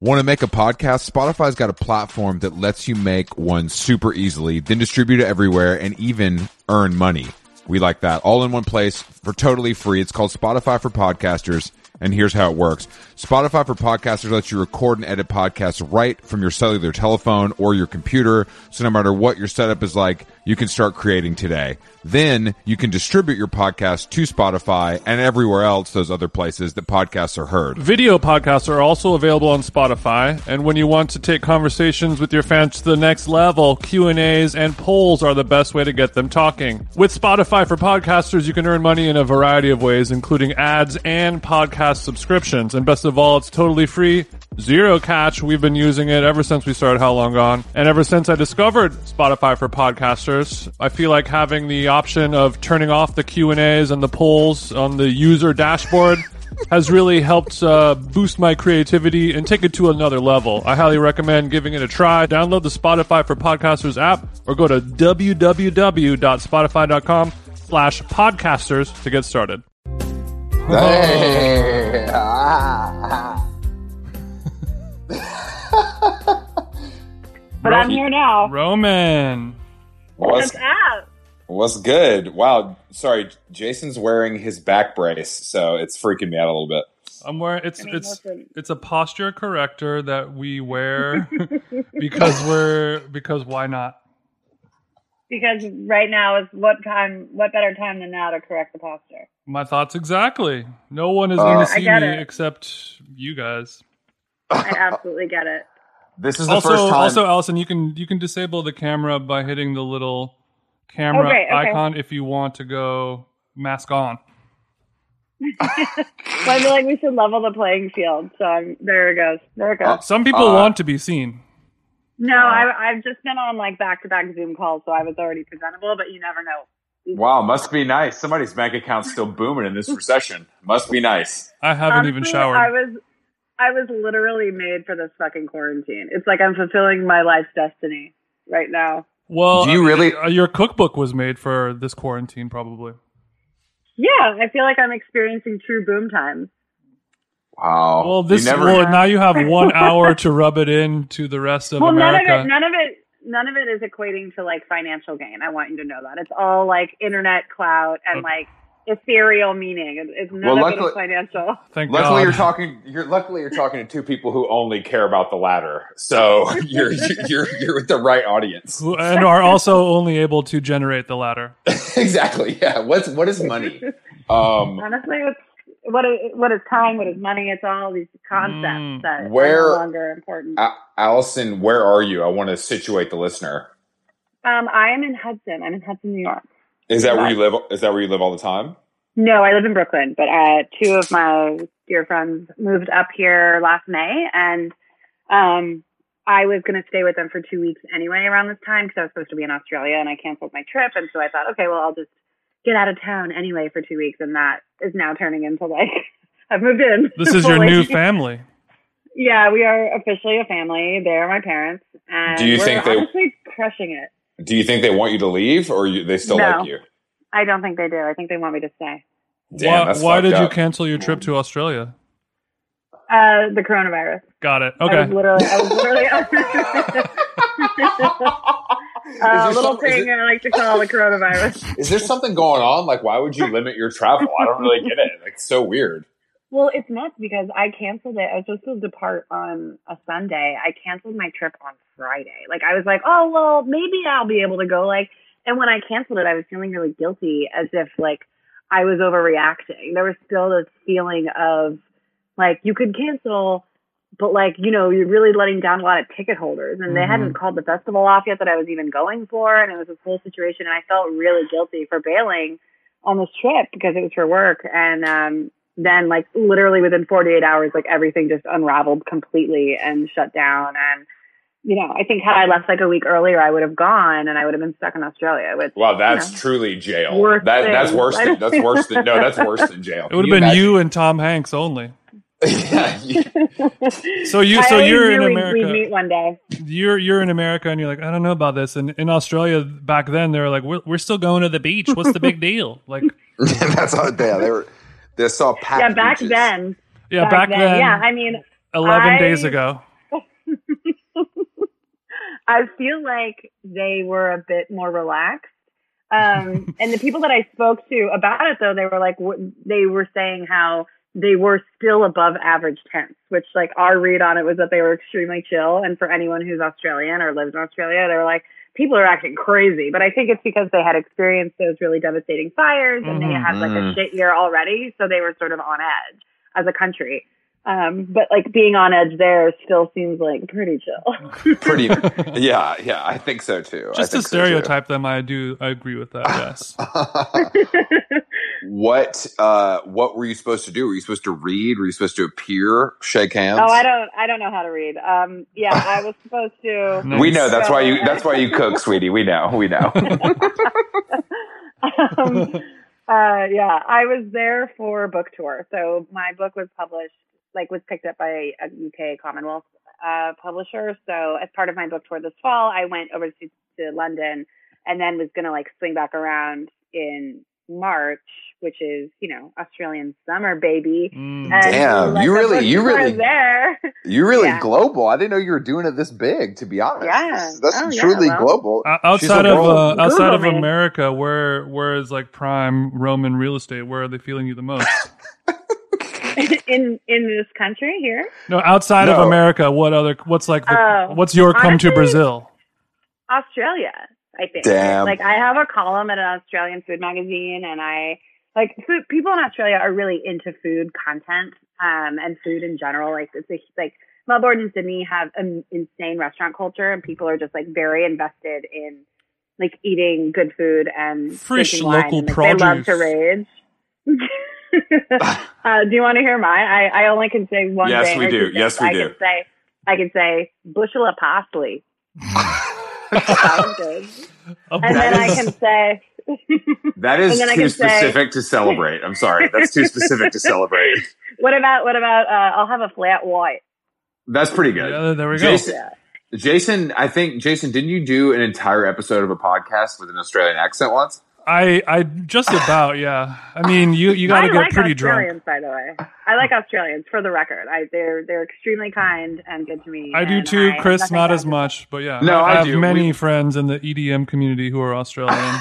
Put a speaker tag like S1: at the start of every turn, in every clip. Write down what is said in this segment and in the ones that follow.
S1: Want to make a podcast? Spotify's got a platform that lets you make one super easily, then distribute it everywhere and even earn money. We like that. All in one place for totally free. It's called Spotify for Podcasters. And here's how it works. Spotify for Podcasters lets you record and edit podcasts right from your cellular telephone or your computer. So no matter what your setup is like, you can start creating today. Then you can distribute your podcast to Spotify and everywhere else, those other places that podcasts are heard.
S2: Video podcasts are also available on Spotify, and when you want to take conversations with your fans to the next level, Q&As and polls are the best way to get them talking. With Spotify for podcasters, you can earn money in a variety of ways, including ads and podcast subscriptions. And best of all, it's totally free, zero catch. We've been using it ever since we started How Long Gone, and ever since I discovered Spotify for podcasters, I feel like having the option of turning off the Q&As and the polls on the user dashboard has really helped uh, boost my creativity and take it to another level. I highly recommend giving it a try. Download the Spotify for Podcasters app or go to www.spotify.com slash podcasters to get started.
S3: Hey, ah.
S4: But I'm here now.
S2: Roman.
S4: What's
S3: What's,
S4: up?
S3: what's good? Wow. Sorry, Jason's wearing his back brace, so it's freaking me out a little bit.
S2: I'm wearing it's
S4: I mean,
S2: it's
S4: listen.
S2: it's a posture corrector that we wear because we're because why not?
S4: Because right now is what time? What better time than now to correct the posture?
S2: My thoughts exactly. No one is going
S3: Uh,
S2: to see me
S4: get Oh, it.
S2: except you guys.
S4: I absolutely get it.
S3: This is the
S2: also,
S3: first time.
S2: also, Allison, you can you can disable the camera by hitting the little camera
S4: Oh, great, okay.
S2: icon if you want to go mask on.
S4: But I feel like we should level the playing field. So I'm, there it goes. There it goes.
S2: Some people
S3: Uh,
S2: want to be seen.
S4: no, I, I've just been on like back to back Zoom calls, so I was already presentable. But you never know.
S3: wow, must be nice. Somebody's bank account's still booming in this recession. Must be nice.
S2: I haven't even
S4: Honestly,
S2: showered.
S4: I was, I was literally made for this fucking quarantine. It's like I'm fulfilling my life's destiny right now.
S2: well,
S3: Do you really-
S2: uh, Your cookbook was made for this quarantine, probably.
S4: Yeah, I feel like I'm experiencing true boom time.
S3: Wow.
S2: Well, this
S3: Oh, you never,
S2: well now you have one hour to rub it in to the rest of
S4: well,
S2: America.
S4: none of it, none of it, none of it is equating to like financial gain. I want you to know that it's all like internet clout and like ethereal meaning. It- It's none
S3: Well,
S4: of it
S3: luckily-
S4: is financial.
S2: Thank
S3: Luckily,
S2: God.
S3: you're talking. You're luckily you're talking to two people who only care about the latter, so you're you're you're, you're with the right audience.
S2: Who- and are also only able to generate the latter.
S3: exactly. Yeah. What's what is money? Um,
S4: Honestly, it's what is, what is time? What is money? It's all these concepts
S2: Mm.
S4: that
S3: Where-
S4: are no longer important.
S3: A- Allison, where are you? I want to situate the listener.
S4: um, I am in Hudson. I'm in Hudson, New York.
S3: Is that where you live? Is that where you live all the time?
S4: No, I live in Brooklyn, but uh, two of my dear friends moved up here last May, and um, I was going to stay with them for two weeks anyway around this time because I was supposed to be in Australia and I canceled my trip, and so I thought, okay, well, I'll just get out of town anyway for two weeks, and that is now turning into like I've moved in.
S2: This is your new
S4: family.
S2: family.
S4: Yeah, we are officially a family. They are my parents, and
S3: Do you
S4: we're
S3: think they-
S4: honestly crushing it.
S3: Do you think they want you to leave, or you, they still
S4: No.
S3: like you?
S4: I don't think they do. I think they want me to stay.
S3: Damn,
S2: why
S3: that's
S2: why
S3: fucked
S2: did you
S3: up.
S2: cancel your trip to Australia?
S4: Uh, the coronavirus.
S2: Got it.
S4: I
S2: Okay.
S4: was literally, I was literally
S3: Is
S4: a
S3: there
S4: Uh, little
S3: some- is
S4: thing
S3: it-
S4: I like to call the coronavirus.
S3: Is there something going on? Like, why would you limit your travel? I don't really get it. Like, it's so weird.
S4: well, it's nuts because I canceled it. I was supposed to depart on a Sunday. I canceled my trip on Friday. Like I was like, oh well, maybe I'll be able to go. Like, and when I canceled it, I was feeling really guilty, as if like I was overreacting. There was still this feeling of like you could cancel. But like you know, you're really letting down a lot of ticket holders, and they
S2: Mhm.
S4: hadn't called the festival off yet that I was even going for, and it was this whole situation. And I felt really guilty for bailing, on this trip because it was for work and um then like literally within 48 hours like everything just unraveled completely and shut down and you know i think had i left like a week earlier i would have gone and i would have been stuck in australia which
S3: Wow, that's
S4: Yeah.
S3: truly jail.
S4: Worst
S3: that,
S4: thing.
S3: that's worse. Than, that's worse than no. That's worse than jail.
S2: It would have been you and Tom Hanks only.
S3: you.
S2: So you,
S4: I
S2: so
S4: always
S2: you're
S4: knew
S2: in
S4: we'd- we'd
S2: America.
S4: meet one day
S2: You're you're in America, and you're like, I don't know about this. And in Australia back then, they were like, we're, we're still going to the beach. What's the big deal? Like,
S3: that's all. Yeah, they were. They saw packed
S4: yeah back
S3: beaches.
S4: then
S2: yeah, back, then,
S4: yeah i mean
S2: eleven
S4: I-
S3: Oh,
S2: days ago.
S4: I feel like they were a bit more relaxed. Um, and the people that I spoke to about it, though, they were like, w- they were saying how they were still above average temps, which like our read on it was that they were extremely chill. And for anyone who's Australian or lives in Australia, they were like, people are acting crazy. But I think it's because they had experienced those really devastating fires and they had like a
S1: Mhm.
S4: shit year already. So they were sort of on edge as a country. Um, but like being on edge there still seems like pretty chill.
S3: Pretty, yeah, yeah, I think so too. I
S2: Just to
S3: think so, too.
S2: stereotype them, I do I agree with that. Yes.
S3: what uh, what were you supposed to do? Were you supposed to read? Were you supposed to appear? Shake hands?
S4: Oh, I don't, I don't know how to read. Um, yeah, I was supposed to.
S2: Nice.
S3: We know that's why you that's why you cook, sweetie. We know, we know.
S4: Um, uh, yeah, I was there for book tour. So my book was published, like, was picked up by a UK Commonwealth uh, publisher. So as part of my book tour this fall, I went over to, to London and then was gonna like swing back around in March, which is you know Australian summer, baby.
S2: Mm.
S4: And
S3: Damn,
S4: like,
S3: you
S4: the
S3: really-
S4: book
S3: you
S4: tour
S3: really-
S4: there.
S3: You're really
S4: Yeah.
S3: global. I didn't know you were doing it this big. To be honest,
S4: Yeah.
S3: that's
S4: Oh, yeah,
S3: truly
S4: well.
S3: global.
S2: O-
S3: She's
S2: outside
S3: a
S2: of
S3: girl.
S2: uh, outside
S4: Google
S2: of
S4: me.
S2: America, where where is like prime Roman real estate? Where are they feeling you the most?
S4: in in this country here.
S2: No, outside
S3: No.
S2: of America, what other? What's like? The,
S4: Oh.
S2: what's your come to
S4: Honestly-
S2: Brazil?
S4: Australia, I think.
S3: Damn.
S4: Like I have a column at an Australian food magazine and I like food people in Australia are really into food content um and food in general. Like it's a, like Melbourne and Sydney have an insane restaurant culture and people are just like very invested in like eating good food and
S2: Fresh
S4: drinking wine,
S2: local
S4: and, like, They love
S2: produce.
S4: to rage. uh, do you want to hear mine? I, I only can say one
S3: Ah. Yes,
S4: thing.
S3: we
S4: I can
S3: do.
S4: say-
S3: Yes, we
S4: I
S3: do.
S4: Can say, I can say bushel of parsley. That was good. And then I can say,
S3: That is
S4: And then I
S3: too
S4: can say-
S3: specific to celebrate. I'm sorry, that's too specific to celebrate.
S4: what about what about? Uh, I'll have a flat white.
S3: That's pretty good.
S2: Yeah, there we go.
S3: Jason, Jason, I think Jason, didn't you do an entire episode of a podcast with an Australian accent once?
S2: I I just about yeah. I mean, you you got to
S4: I
S2: get
S4: like
S2: pretty drunk.
S4: Australians, by the way. I like Australians for the record. I they're they're extremely kind and good to me.
S2: I do
S4: and
S2: too,
S4: I-
S2: Chris.
S4: nothing
S2: Not
S4: bad
S2: as
S4: to-
S2: much, but yeah.
S3: No, I
S2: have
S3: do.
S2: many
S3: We-
S2: friends in the EDM community who are Australian.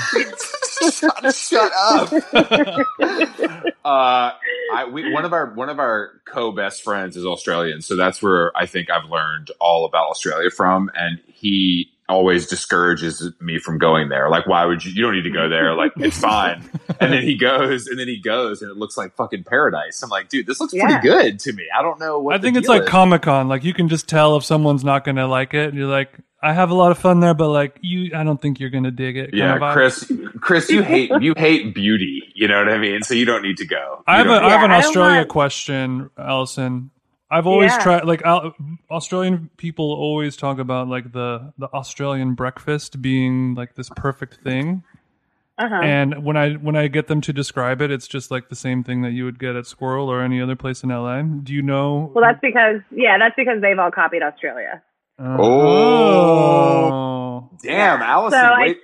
S3: shut, shut up. uh, I, we, one of our one of our co best friends is Australian, so that's where I think I've learned all about Australia from. And he always discourages me from going there. Like, why would you? You don't need to go there. Like, it's fine. And then he goes, and then he goes, and it looks like fucking paradise. I'm like, dude, this looks
S4: Yeah.
S3: pretty good to me. I don't know what
S2: I
S3: the
S2: think it's
S3: deal
S2: like
S3: is.
S2: Comic Con. Like you can just tell if someone's not gonna like it, and you're like, I have a lot of fun there, but like you, I don't think you're gonna dig it. kind
S3: Yeah,
S2: of vibe.
S3: Chris. Chris, you hate you hate beauty. You know what I mean. So you don't need to go.
S2: I have,
S3: You
S2: a,
S3: don't
S2: I have
S4: Yeah,
S2: an
S4: I don't
S2: Australia
S4: want-
S2: question, Allison. I've always
S4: Yeah.
S2: tried like Al- Australian people always talk about like the the Australian breakfast being like this perfect thing,
S4: Uh-huh.
S2: and when I when I get them to describe it, it's just like the same thing that you would get at Squirrel or any other place in LA. Do you know?
S4: Well, that's because yeah, that's because they've all copied Australia.
S2: Uh-huh. Oh.
S3: Damn, Allison,
S4: So I-
S3: wait,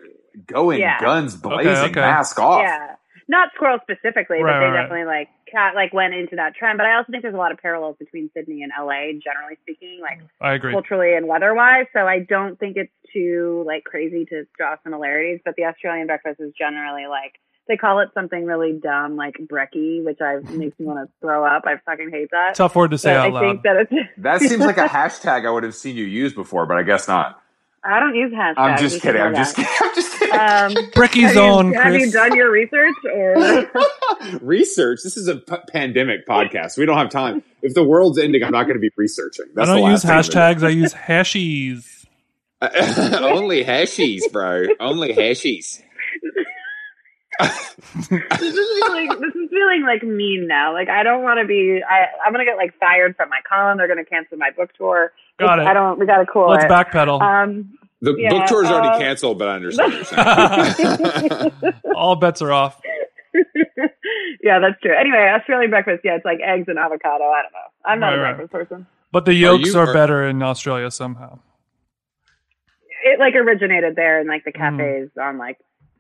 S3: going
S4: Yeah.
S3: guns blazing,
S2: okay.
S3: mask off.
S4: Yeah, not squirrel specifically,
S2: Oh. Right,
S4: but they
S2: right, right.
S4: definitely like cat like went into that trend. But I also think there's a lot of parallels between Sydney and LA, generally speaking, like
S2: I agree.
S4: culturally and weather-wise. So I don't think it's too like crazy to draw similarities. But the Australian breakfast is generally like they call it something really dumb, like brekkie, which I makes me want to throw up. I fucking hate that.
S2: Tough word to say
S4: But
S2: Mm-hmm. out
S4: I think
S2: loud.
S4: that it's.
S3: That seems like a hashtag I would have seen you use before, but I guess not.
S4: I don't use hashtags.
S3: I'm
S4: you
S3: just
S4: should
S3: kidding.
S4: know
S3: I'm just
S4: that.
S3: kidding. I'm just kidding.
S4: Um,
S2: Bricky's
S4: have, you,
S2: on,
S4: have you
S2: Chris.
S4: done your research or?
S3: Research. This is a p- pandemic podcast. We don't have time. If the world's ending, I'm not going to be researching.
S2: I
S3: That's
S2: don't
S3: the
S2: use
S3: last thing I'm
S2: hashtags. I use hashies.
S3: gonna do. Only hashies, bro. Only hashies.
S4: this is feeling this is feeling like mean now. Like I don't want to be. I I'm gonna get like fired from my column. They're gonna cancel my book tour.
S2: Got it.
S4: I don't. We gotta cool
S2: Let's
S4: it.
S2: backpedal.
S4: Um.
S3: The
S4: Yeah,
S3: book tour is already
S4: uh,
S3: canceled, but I understand. what you're saying.
S2: All bets are off.
S4: yeah, that's true. Anyway, Australian breakfast. Yeah, it's like eggs and avocado. I don't know. I'm not
S2: Right,
S4: a
S2: right.
S4: breakfast person.
S2: But the yolks
S3: you-
S2: are,
S3: are-
S2: better in Australia somehow.
S4: It like originated there in like the
S2: Mm-hmm.
S4: cafes on like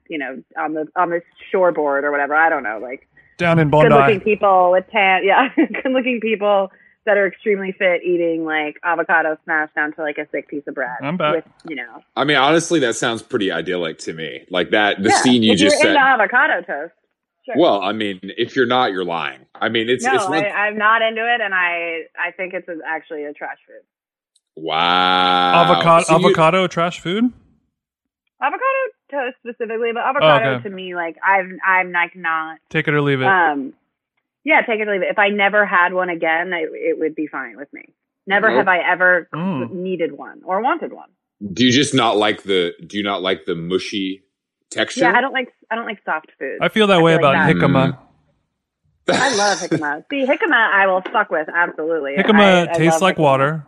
S4: you know on the on the shoreboard or whatever. I don't know. Like
S2: Down in
S4: good looking
S2: Bondi.
S4: people with tan. Yeah, good looking people. that are extremely fit eating like avocado smashed down to like a thick piece of bread.
S2: I'm back.
S4: With, you know,
S3: I mean, honestly, that sounds pretty idyllic to me. Like that, the
S4: Yeah,
S3: scene you
S4: if
S3: just
S4: you're
S3: said.
S4: into avocado toast. Sure.
S3: Well, I mean, if you're not, you're lying. I mean, it's
S4: no,
S3: it's one.
S4: I, I'm not into it, and I I think it's a, actually a trash food.
S3: wow,
S2: avocado
S3: So you-
S2: avocado trash food.
S4: Avocado toast specifically, but avocado
S2: Oh, okay.
S4: to me, like I've I'm like not.
S2: Take it or leave it.
S4: Um, yeah, take it or leave it. If I never had one again, it, it would be fine with me. Never
S3: Nope.
S4: have I ever
S2: Mm.
S4: needed one or wanted one.
S3: do you just not like the? Do you not like the mushy texture?
S4: Yeah, I don't like I don't like soft food.
S2: I feel that
S4: I
S2: way
S4: feel like
S2: about
S4: that-
S3: Hmm.
S2: jicama.
S4: I love jicama. See, jicama I will fuck with absolutely. I- I
S2: Jicama
S4: love
S2: tastes like
S4: jicama.
S2: water,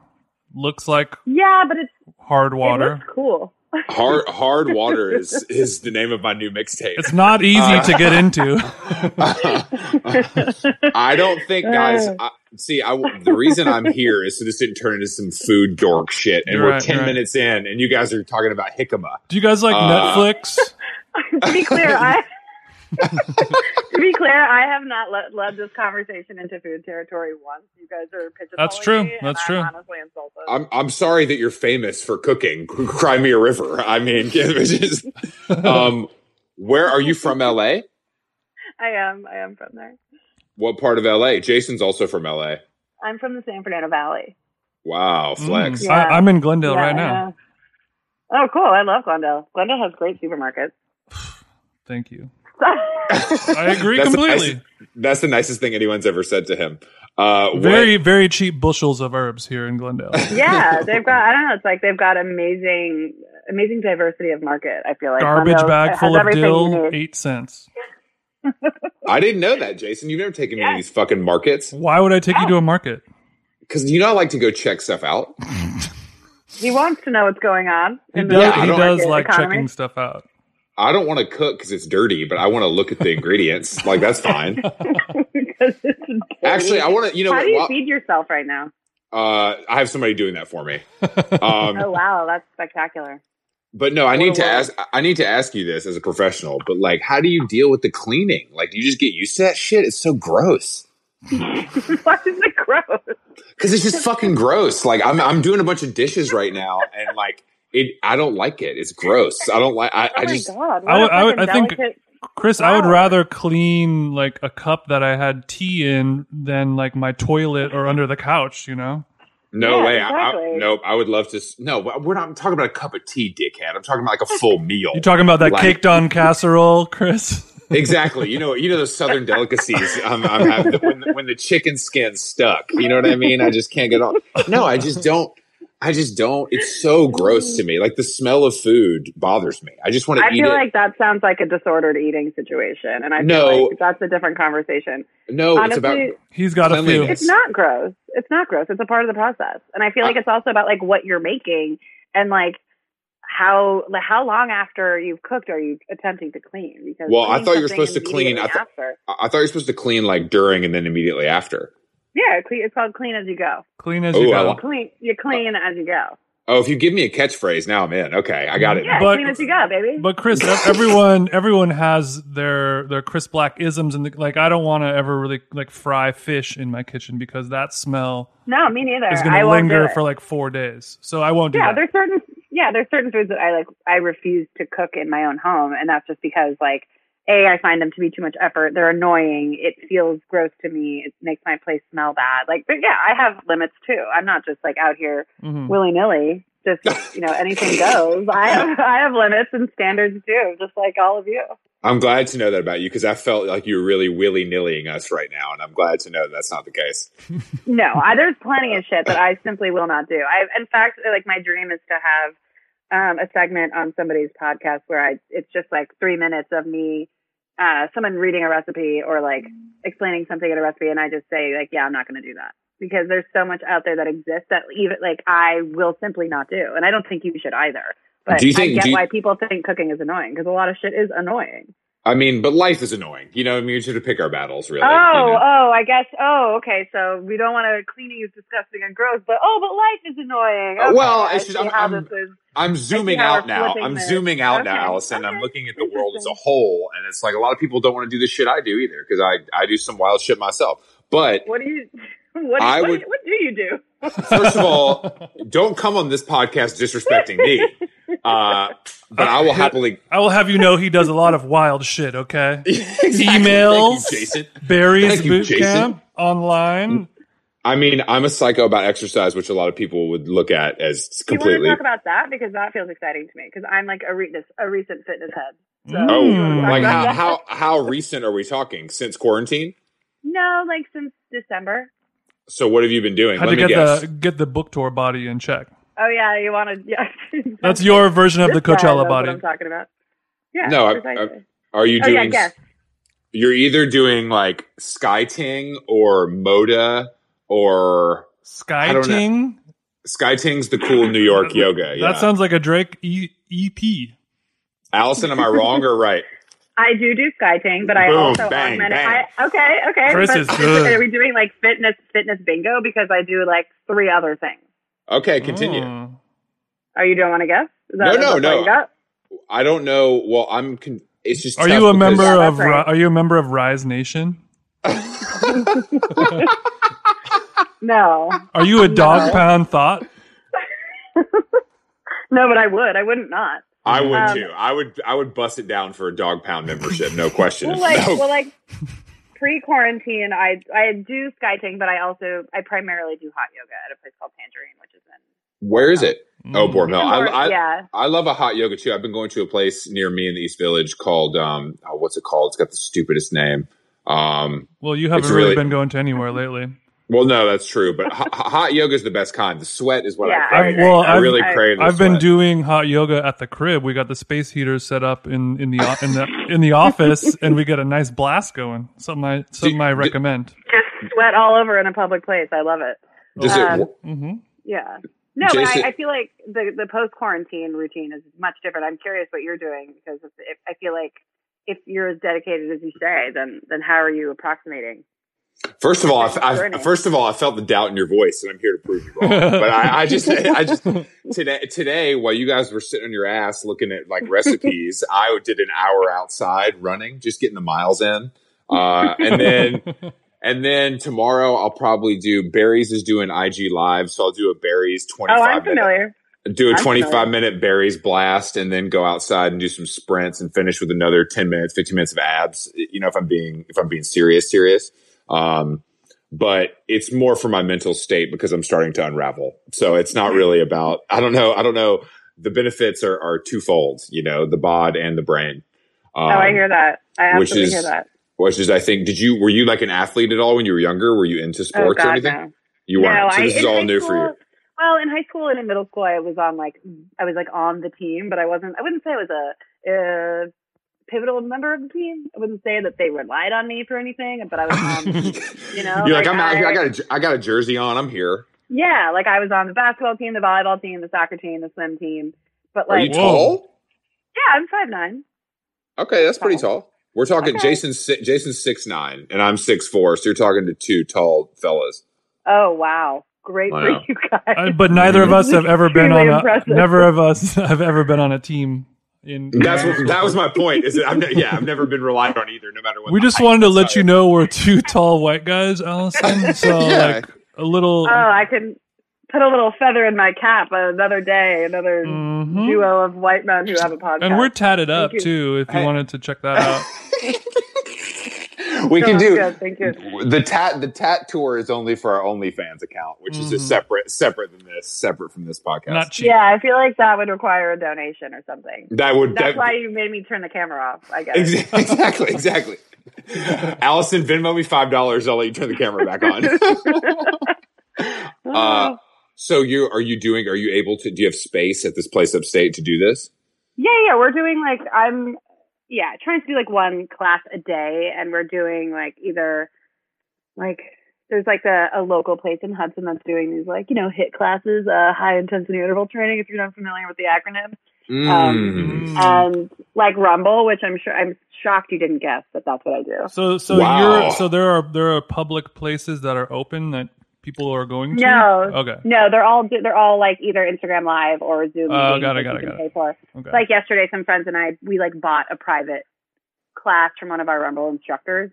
S2: looks like
S4: Yeah, but it's
S2: hard
S4: water.
S2: water.
S4: cool.
S3: hard hard water is is the name of my new mixtape.
S2: It's not easy
S3: Uh,
S2: to get into.
S3: I don't think, guys.
S4: Uh.
S3: I, see, I the reason I'm here is so this didn't turn into some food dork shit, and
S2: You're
S3: we're
S2: right,
S3: ten
S2: you're right.
S3: minutes in, and you guys are talking about jicama.
S2: Do you guys like
S3: Uh,
S2: Netflix?
S4: to be clear, I to be clear, I have not le- led this conversation into food territory once. You guys are pitching.
S2: That's true. That's true.
S4: I'm honestly insulted.
S3: I'm I'm sorry that you're famous for cooking. Cry me a river. I mean, it was just, um, where are you from? L.A.
S4: I am. I am from there.
S3: What part of L.A.? Jason's also from L.A.
S4: I'm from the San Fernando Valley.
S3: Wow, flex.
S2: Mm,
S4: Yeah.
S2: I, I'm in Glendale
S4: Yeah,
S2: right
S4: I
S2: now.
S4: know. Oh, cool! I love Glendale. Glendale has great supermarkets.
S2: Thank you. I agree
S3: That's the
S2: completely.
S3: nicest- That's the nicest thing anyone's ever said to him. Uh, what-
S2: Very, very cheap bushels of herbs here in Glendale.
S4: yeah, they've got. I don't know. It's like they've got amazing, amazing diversity of market. I feel like
S2: Garbage
S4: Glendale
S2: bag
S4: has
S2: full of
S4: everything you
S2: dill,
S4: need.
S2: eight cents.
S3: I didn't know that, Jason. You've never taken me to
S4: Yeah.
S3: these fucking markets
S2: Why would I take you to a market?
S3: because you know I like to go check stuff out.
S4: He wants to know what's going on.
S2: He
S4: in the
S2: does,
S3: Yeah, I
S2: he
S3: don't-
S2: does
S4: market
S2: like
S4: economy.
S2: checking stuff out.
S3: I don't want to cook because it's dirty, but I want to look at the ingredients. Like that's fine.
S4: Because it's dirty.
S3: Actually, I want to. You know,
S4: how
S3: what,
S4: do you
S3: while-
S4: feed yourself right now?
S3: uh, I have somebody doing that for me. Um,
S4: Oh wow, that's spectacular.
S3: But no, I
S2: What a
S3: need to
S2: world.
S3: ask. I need to ask you this as a professional. But like, how do you deal with the cleaning? Like, do you just get used to that shit? It's so gross
S4: Why is it gross?
S3: because it's just fucking gross. Like, I'm I'm doing a bunch of dishes right now, and like, it. I don't like it. It's gross. I don't like. I,
S4: Oh
S3: I
S4: my
S3: just.
S4: god!
S2: I
S4: What
S2: would- I would-
S4: a fucking
S2: I think-
S4: delicate-
S2: Chris, I would
S4: Wow.
S2: rather clean like a cup that I had tea in than like my toilet or under the couch, you know?
S3: No
S4: Yeah,
S3: way. I, I,
S4: exactly.
S3: nope. I would love to. s- No, we're not I'm talking about a cup of tea, dickhead. I'm talking about like a full meal.
S2: You talking about that
S3: Like-
S2: caked on casserole, Chris?
S3: exactly. You know. You know those southern delicacies. I'm, I'm having when, the, when the chicken skin's stuck. You know what I mean? I just can't get on. No, I just don't. I just don't. It's so gross to me. Like the smell of food bothers me. I just want to
S4: I
S3: eat
S4: feel
S3: it.
S4: like that sounds like a disordered eating situation, and I feel
S3: No.
S4: like that's a different conversation.
S3: no,
S4: Honestly,
S3: it's about.
S2: He's got a few.
S3: Cleanliness.
S4: it's not gross. It's not gross. It's a part of the process, and I feel like it's also about like what you're making and like how like, how long after you've cooked are you attempting to clean? Because
S3: Well, I
S4: cleaning
S3: thought you were
S4: something
S3: supposed to clean.
S4: immediately
S3: I thought-
S4: after.
S3: I I thought you were supposed to clean like during and then immediately after.
S4: Yeah, clean, it's called clean as you go.
S2: Clean as
S3: Ooh,
S2: you
S3: I
S2: go.
S3: like-
S4: Clean, you clean as you go.
S3: Oh, if you give me a catchphrase, now I'm in. Okay, I got it.
S4: Yeah,
S2: But-
S4: clean as you go, baby.
S2: But Chris, ev- everyone everyone has their their Chris Black isms and the, like I don't want to ever really like fry fish in my kitchen because that smell
S4: no, me neither.
S2: is going
S4: I
S2: to
S4: won't do
S2: linger
S4: it.
S2: for like 4 days. So I won't do
S4: yeah,
S2: that.
S4: there's certain yeah, there's certain foods that I like I refuse to cook in my own home and that's just because like a I find them to be too much effort. They're annoying. It feels gross to me. It makes my place smell bad. Like but yeah, I have limits too. I'm not just like out here
S2: Mhm.
S4: willy-nilly just you know anything goes. I have I have limits and standards too, just like all of you.
S3: I'm glad to know that about you because I felt like you were really willy nillying us right now, and I'm glad to know that that's not the case.
S4: No, I, there's plenty of shit that I simply will not do. I, in fact, like my dream is to have um, a segment on somebody's podcast where I it's just like three minutes of me, uh, someone reading a recipe or like explaining something in a recipe, and I just say like, yeah, I'm not going to do that because there's so much out there that exists that even like I will simply not do, and I don't think you should either. But
S3: Do you think-
S4: I get
S3: do you-
S4: why people think cooking is annoying because a lot of shit is annoying.
S3: I mean, but life is annoying. You know, I mean, you should have pick our battles, really. you
S4: oh,
S3: know?
S4: oh, I guess. Oh, okay. So we don't want to cleaning is disgusting and gross, but oh, but life is annoying.
S3: Uh,
S4: Okay,
S3: well,
S4: I
S3: it's just-
S4: see
S3: I'm-
S4: how
S3: I'm-
S4: this is.
S3: I'm zooming
S4: see how
S3: out
S4: we're
S3: now.
S4: flipping
S3: I'm
S4: this.
S3: zooming out
S4: Okay,
S3: now, Allison. I'm
S4: okay.
S3: looking at the world as a whole, and it's like a lot of people don't want to do the shit I do either because I I do some wild shit myself. But
S4: What do you? what,
S3: I
S4: what,
S3: would-
S4: what do you do?
S3: First of all, don't come on this podcast disrespecting me. Uh, but I will happily
S2: I will have you know he does a lot of wild shit, okay?
S3: Exactly. Thank you,
S2: Emails,
S3: Jason.
S2: Barry's
S3: Thank you,
S2: boot
S3: Jason. Mm,
S2: camp online.
S3: I mean, I'm a psycho about exercise, which a lot of people would look at as
S4: Do you want to
S3: completely.
S4: talk about that because that feels exciting to me because I'm like a, re- a recent fitness head. So
S3: Oh,
S4: you
S2: Hmm.
S4: wanna talk
S3: like
S4: about
S3: how,
S4: that?
S3: how how recent are we talking? Since quarantine?
S4: No, like since December.
S3: So what have you been doing?
S2: Had
S3: Let
S2: to
S3: me
S2: get
S3: guess.
S2: the get the book tour body in check.
S4: Oh yeah, you want to? Yeah,
S2: That's your version of
S4: This
S2: the
S4: guy knows
S2: Coachella
S4: what
S2: body.
S4: I'm talking about. Yeah.
S3: No, I- I-
S4: precisely.
S3: Are you
S4: oh yeah,
S3: doing?
S4: guess.
S3: You're either doing like Skyting or Moda or I
S2: Sky
S3: don't know.
S2: Ting.
S3: Skyting's the cool New York yoga. Yeah.
S2: That sounds like a Drake e- EP.
S3: Allison, am I wrong or right?
S4: I do do skyting, but I
S3: Boom,
S4: also
S3: bang,
S4: augment
S3: bang.
S4: I, okay, okay.
S2: Chris
S4: but
S2: is good.
S4: Are we doing like fitness fitness bingo because I do like three other things?
S3: Okay, continue.
S2: Mm.
S4: Are you don't want to guess? Is
S3: No,
S4: is
S3: no,
S4: what
S3: no.
S4: you got?
S3: I don't know. Well, I'm. Con- it's just.
S2: Are
S3: tough
S2: you a
S3: because-
S2: member
S4: Yeah,
S2: of
S4: that's right.
S2: Ri- Are you a member of Rise Nation?
S4: No,
S2: Are you a dog
S4: No.
S2: pound thought?
S4: no, but I would. I wouldn't not.
S3: I would
S4: Um,
S3: too. I would. I would bust it down for a dog pound membership. No question.
S4: Well, like,
S3: No.
S4: well, like pre quarantine, I I do skyting, but I also I primarily do hot yoga at a place called Tangerine, which is in.
S3: Where is it? Oh,
S2: Mm.
S3: Bournemouth. I, I,
S4: yeah.
S3: I love a hot yoga too. I've been going to a place near me in the East Village called um. Oh, what's it called? It's got the stupidest name. Um.
S2: Well, you haven't
S3: It's
S2: really,
S3: really-
S2: been going to anywhere lately.
S3: Well, no, that's true. But ho- ho- hot yoga is the best kind. The sweat is what
S4: Yeah.
S3: I crave.
S2: I- well,
S3: I
S2: I've-
S3: really
S4: I-
S3: crave. the
S2: I've been
S3: sweat.
S2: doing hot yoga at the crib. We got the space heaters set up in, in the o- in the in the office, and we got a nice blast going. Something I something I
S3: do-
S2: recommend.
S4: Just sweat all over in a public place. I love it.
S3: Does it
S4: um,
S3: wor-
S2: hmm
S4: Yeah. No,
S3: Jason-
S4: but I, I feel like the the post quarantine routine is much different. I'm curious what you're doing because if, if, I feel like if you're as dedicated as you say, then then how are you approximating?
S3: First of all, I, I,
S4: Journey.
S3: first of all, I felt the doubt in your voice, and I'm here to prove you wrong. Oh, but I, I just, I just today, today, while you guys were sitting on your ass looking at like recipes, I did an hour outside running, just getting the miles in, uh, and then, and then tomorrow I'll probably do Barry's is doing IG live, so I'll do a Barry's twenty
S4: Oh,
S3: five
S4: I'm familiar.
S3: minute, do a
S4: I'm
S3: twenty five
S4: familiar.
S3: minute Barry's blast, and then go outside and do some sprints, and finish with another ten minutes, fifteen minutes of abs. You know, if I'm being, if I'm being serious, serious. Um, but it's more for my mental state because I'm starting to unravel. So it's not really about, I don't know, I don't know. The benefits are, are twofold, you know, the bod and the brain. Um,
S4: oh, I hear that. I
S3: which
S4: absolutely
S3: is-
S4: hear that.
S3: Which is, I think, did you, were you like an athlete at all when you were younger? Were you into
S4: Oh
S3: sports or
S4: God,
S3: anything?
S4: no.
S3: You
S4: No,
S3: weren't. So
S4: I-
S3: this is
S4: in
S3: all
S4: high
S3: new for you.
S4: school- Well, in high school and in middle school, I was on like I was like on the team, but I wasn't. I wouldn't say I was a, uh pivotal member of the team. I wouldn't say that they relied on me for anything, but I was on. Um, you know,
S3: You're like, I'm out here. I
S4: I-
S3: got a, jer- I got a jersey on. I'm here.
S4: Yeah, like I was on the basketball team, the volleyball team, the soccer team, the swim team. But
S3: Are
S4: like,
S3: you
S2: Whoa.
S3: tall?
S4: yeah, I'm five nine.
S3: Okay, that's pretty tall. We're talking
S4: Okay.
S3: Jason's si- Jason's six nine, and I'm six four. So you're talking to two tall fellas.
S4: Oh wow, great for
S3: Wow.
S4: you guys.
S2: Uh, but neither
S3: Mm-hmm.
S2: of us have ever been on
S4: Extremely
S2: a.
S4: impressive.
S2: Never of us have ever been on a team. In
S3: That's what, that was my point. Is that I'm ne- yeah, I've never been relied on either, no matter what.
S2: we
S3: the
S2: just
S3: height
S2: wanted to
S3: is.
S2: let
S3: So-
S2: you know we're two tall white guys, Allison. So
S1: Yeah.
S2: like a little.
S4: oh, I can put a little feather in my cap. uh, Another day, another
S2: Mhm.
S4: duo of white men who have a podcast.
S2: And we're tatted up
S4: you.
S2: too. If you
S3: Hey.
S2: wanted to check that out,
S3: we
S2: uh,
S4: No,
S3: can
S4: that's
S3: do
S4: good. Thank you.
S3: the tat. The tat tour is only for our OnlyFans account, which is a
S2: Mhm.
S3: separate, separate than this, separate from this podcast.
S2: not cheap.
S4: Yeah, I feel like that would require a donation or something.
S3: that would
S4: That's
S3: that,
S4: why you made me turn the camera off. I guess.
S3: Ex- exactly, exactly. Allison, Venmo me five dollars. I'll let you turn the camera back on.
S4: Oh.
S3: uh, so you are you doing? Are you able to? Do you have space at this place upstate to do this?
S4: Yeah, yeah, we're doing like I'm yeah, trying to do like one class a day and we're doing like either like there's like a, a local place in Hudson that's doing these like, you know, hit classes, uh high intensity interval training if you're not familiar with the acronym. Um,
S3: Hmm.
S2: Mm.
S4: And like Rumble, which I'm sure I'm shocked you didn't guess that that's what I do.
S2: So so
S3: Wow.
S2: you're so there are there are public places that are open that people are going to.
S4: No.
S2: Okay.
S4: No, they're all they're all like either Instagram live or Zoom
S2: Oh,
S4: meetings
S2: got it,
S4: that
S2: got
S4: you
S2: it,
S4: can
S2: got
S4: pay for.
S2: Okay.
S4: like yesterday some friends and i we like bought a private class from one of our rumble instructors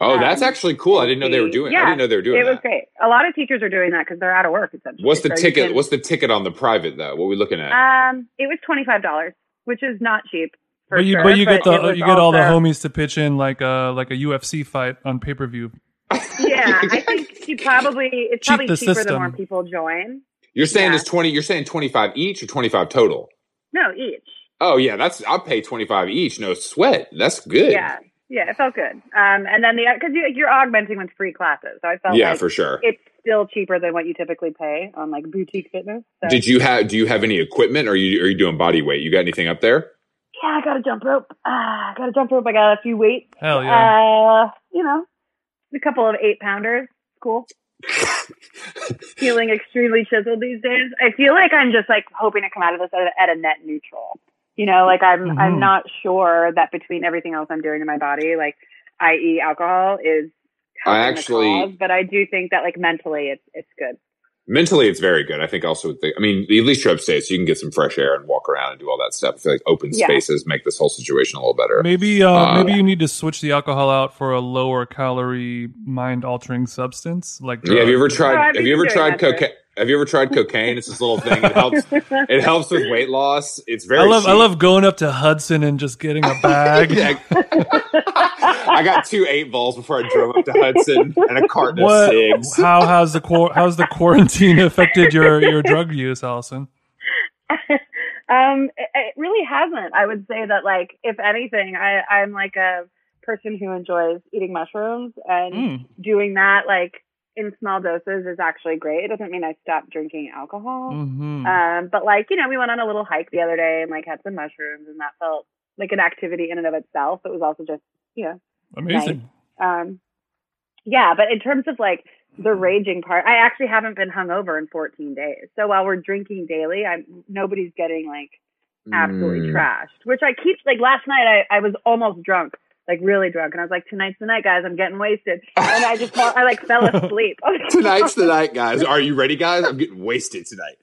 S3: Oh, that's
S4: Um,
S3: actually cool. I didn't know they were doing. I
S4: Yeah.
S3: didn't know they were doing
S4: it was
S3: that.
S4: great. A lot of teachers are doing that because they're out of work essentially.
S3: What's the
S4: So you
S3: ticket?
S4: can-
S3: What's the ticket on the private though? What are we looking at?
S4: Um, it was twenty five dollars, which is not cheap. For
S2: but you,
S4: sure,
S2: but you get
S4: it
S2: the
S4: was
S2: you get all the
S4: also-
S2: homies to pitch in like a like a UFC fight on pay per view.
S4: Uh, Yeah, I think you probably it's
S2: Cheat
S4: probably
S2: the
S4: cheaper
S2: system.
S4: the more people join.
S3: you're saying
S4: yeah.
S3: it's twenty. You're saying twenty five each or twenty five total?
S4: No, each.
S3: Oh yeah, that's I'll pay twenty five each. No sweat. That's good.
S4: Yeah, yeah, it felt good. Um, and then the because you, you're augmenting with free classes, so I felt
S3: yeah,
S4: like
S3: for sure.
S4: it's still cheaper than what you typically pay on like boutique fitness. So.
S3: Did you have? Do you have any equipment? Or are you are you doing body weight? You got anything up there?
S4: yeah, I got a jump rope. Ah, I got a jump rope. I got a few weights.
S2: Hell yeah!
S4: Uh, you know, a couple of eight pounders. Cool. Feeling extremely chiseled these days. I feel like I'm just like hoping to come out of this at a, at a net neutral. You know, like I'm
S2: Mhm.
S4: I'm not sure that between everything else I'm doing to my body, like i.e. alcohol, is
S3: I
S4: helping the
S3: actually-
S4: cause, but I do think that like mentally it's it's good.
S3: Mentally, it's very good. I think also, with the, I mean, at least you're upstate, so you can get some fresh air and walk around and do all that stuff. I feel like open
S4: Yeah.
S3: spaces make this whole situation a little better.
S2: Maybe uh,
S3: Uh,
S2: maybe you need to switch the alcohol out for a lower calorie mind altering substance like
S3: Yeah, have you ever tried?
S4: No, I've
S3: have
S4: been
S3: you ever
S4: doing
S3: tried
S4: that for-
S3: cocaine? Have you ever tried cocaine? It's this little thing. It helps. it helps with weight loss. It's very.
S2: I love I
S3: cheap.
S2: love going up to Hudson and just getting a bag.
S3: Yeah. I got two eight balls before I drove up to Hudson and a carton of
S2: What?
S3: cigs.
S2: How has the quar how's the quarantine affected your your drug use, Allison?
S4: um, it, it really hasn't. I would say that, like, if anything, I, I'm like a person who enjoys eating mushrooms, and
S2: Mm.
S4: doing that, like, in small doses is actually great. It doesn't mean I stopped drinking alcohol.
S2: hmm
S4: Um, but, like, you know, we went on a little hike the other day and, like, had some mushrooms, and that felt like an activity in and of itself. It was also just, you know,
S2: Amazing.
S4: um, yeah, but in terms of like the raging part, I actually haven't been hungover in 14 days. So while we're drinking daily, I'm nobody's getting like absolutely
S3: Mm.
S4: trashed, which I keep like last night I, I was almost drunk, like really drunk. And I was like, tonight's the night guys, I'm getting wasted. And I just fell, I like fell asleep.
S3: Tonight's the night, guys. Are you ready, guys? I'm getting wasted tonight.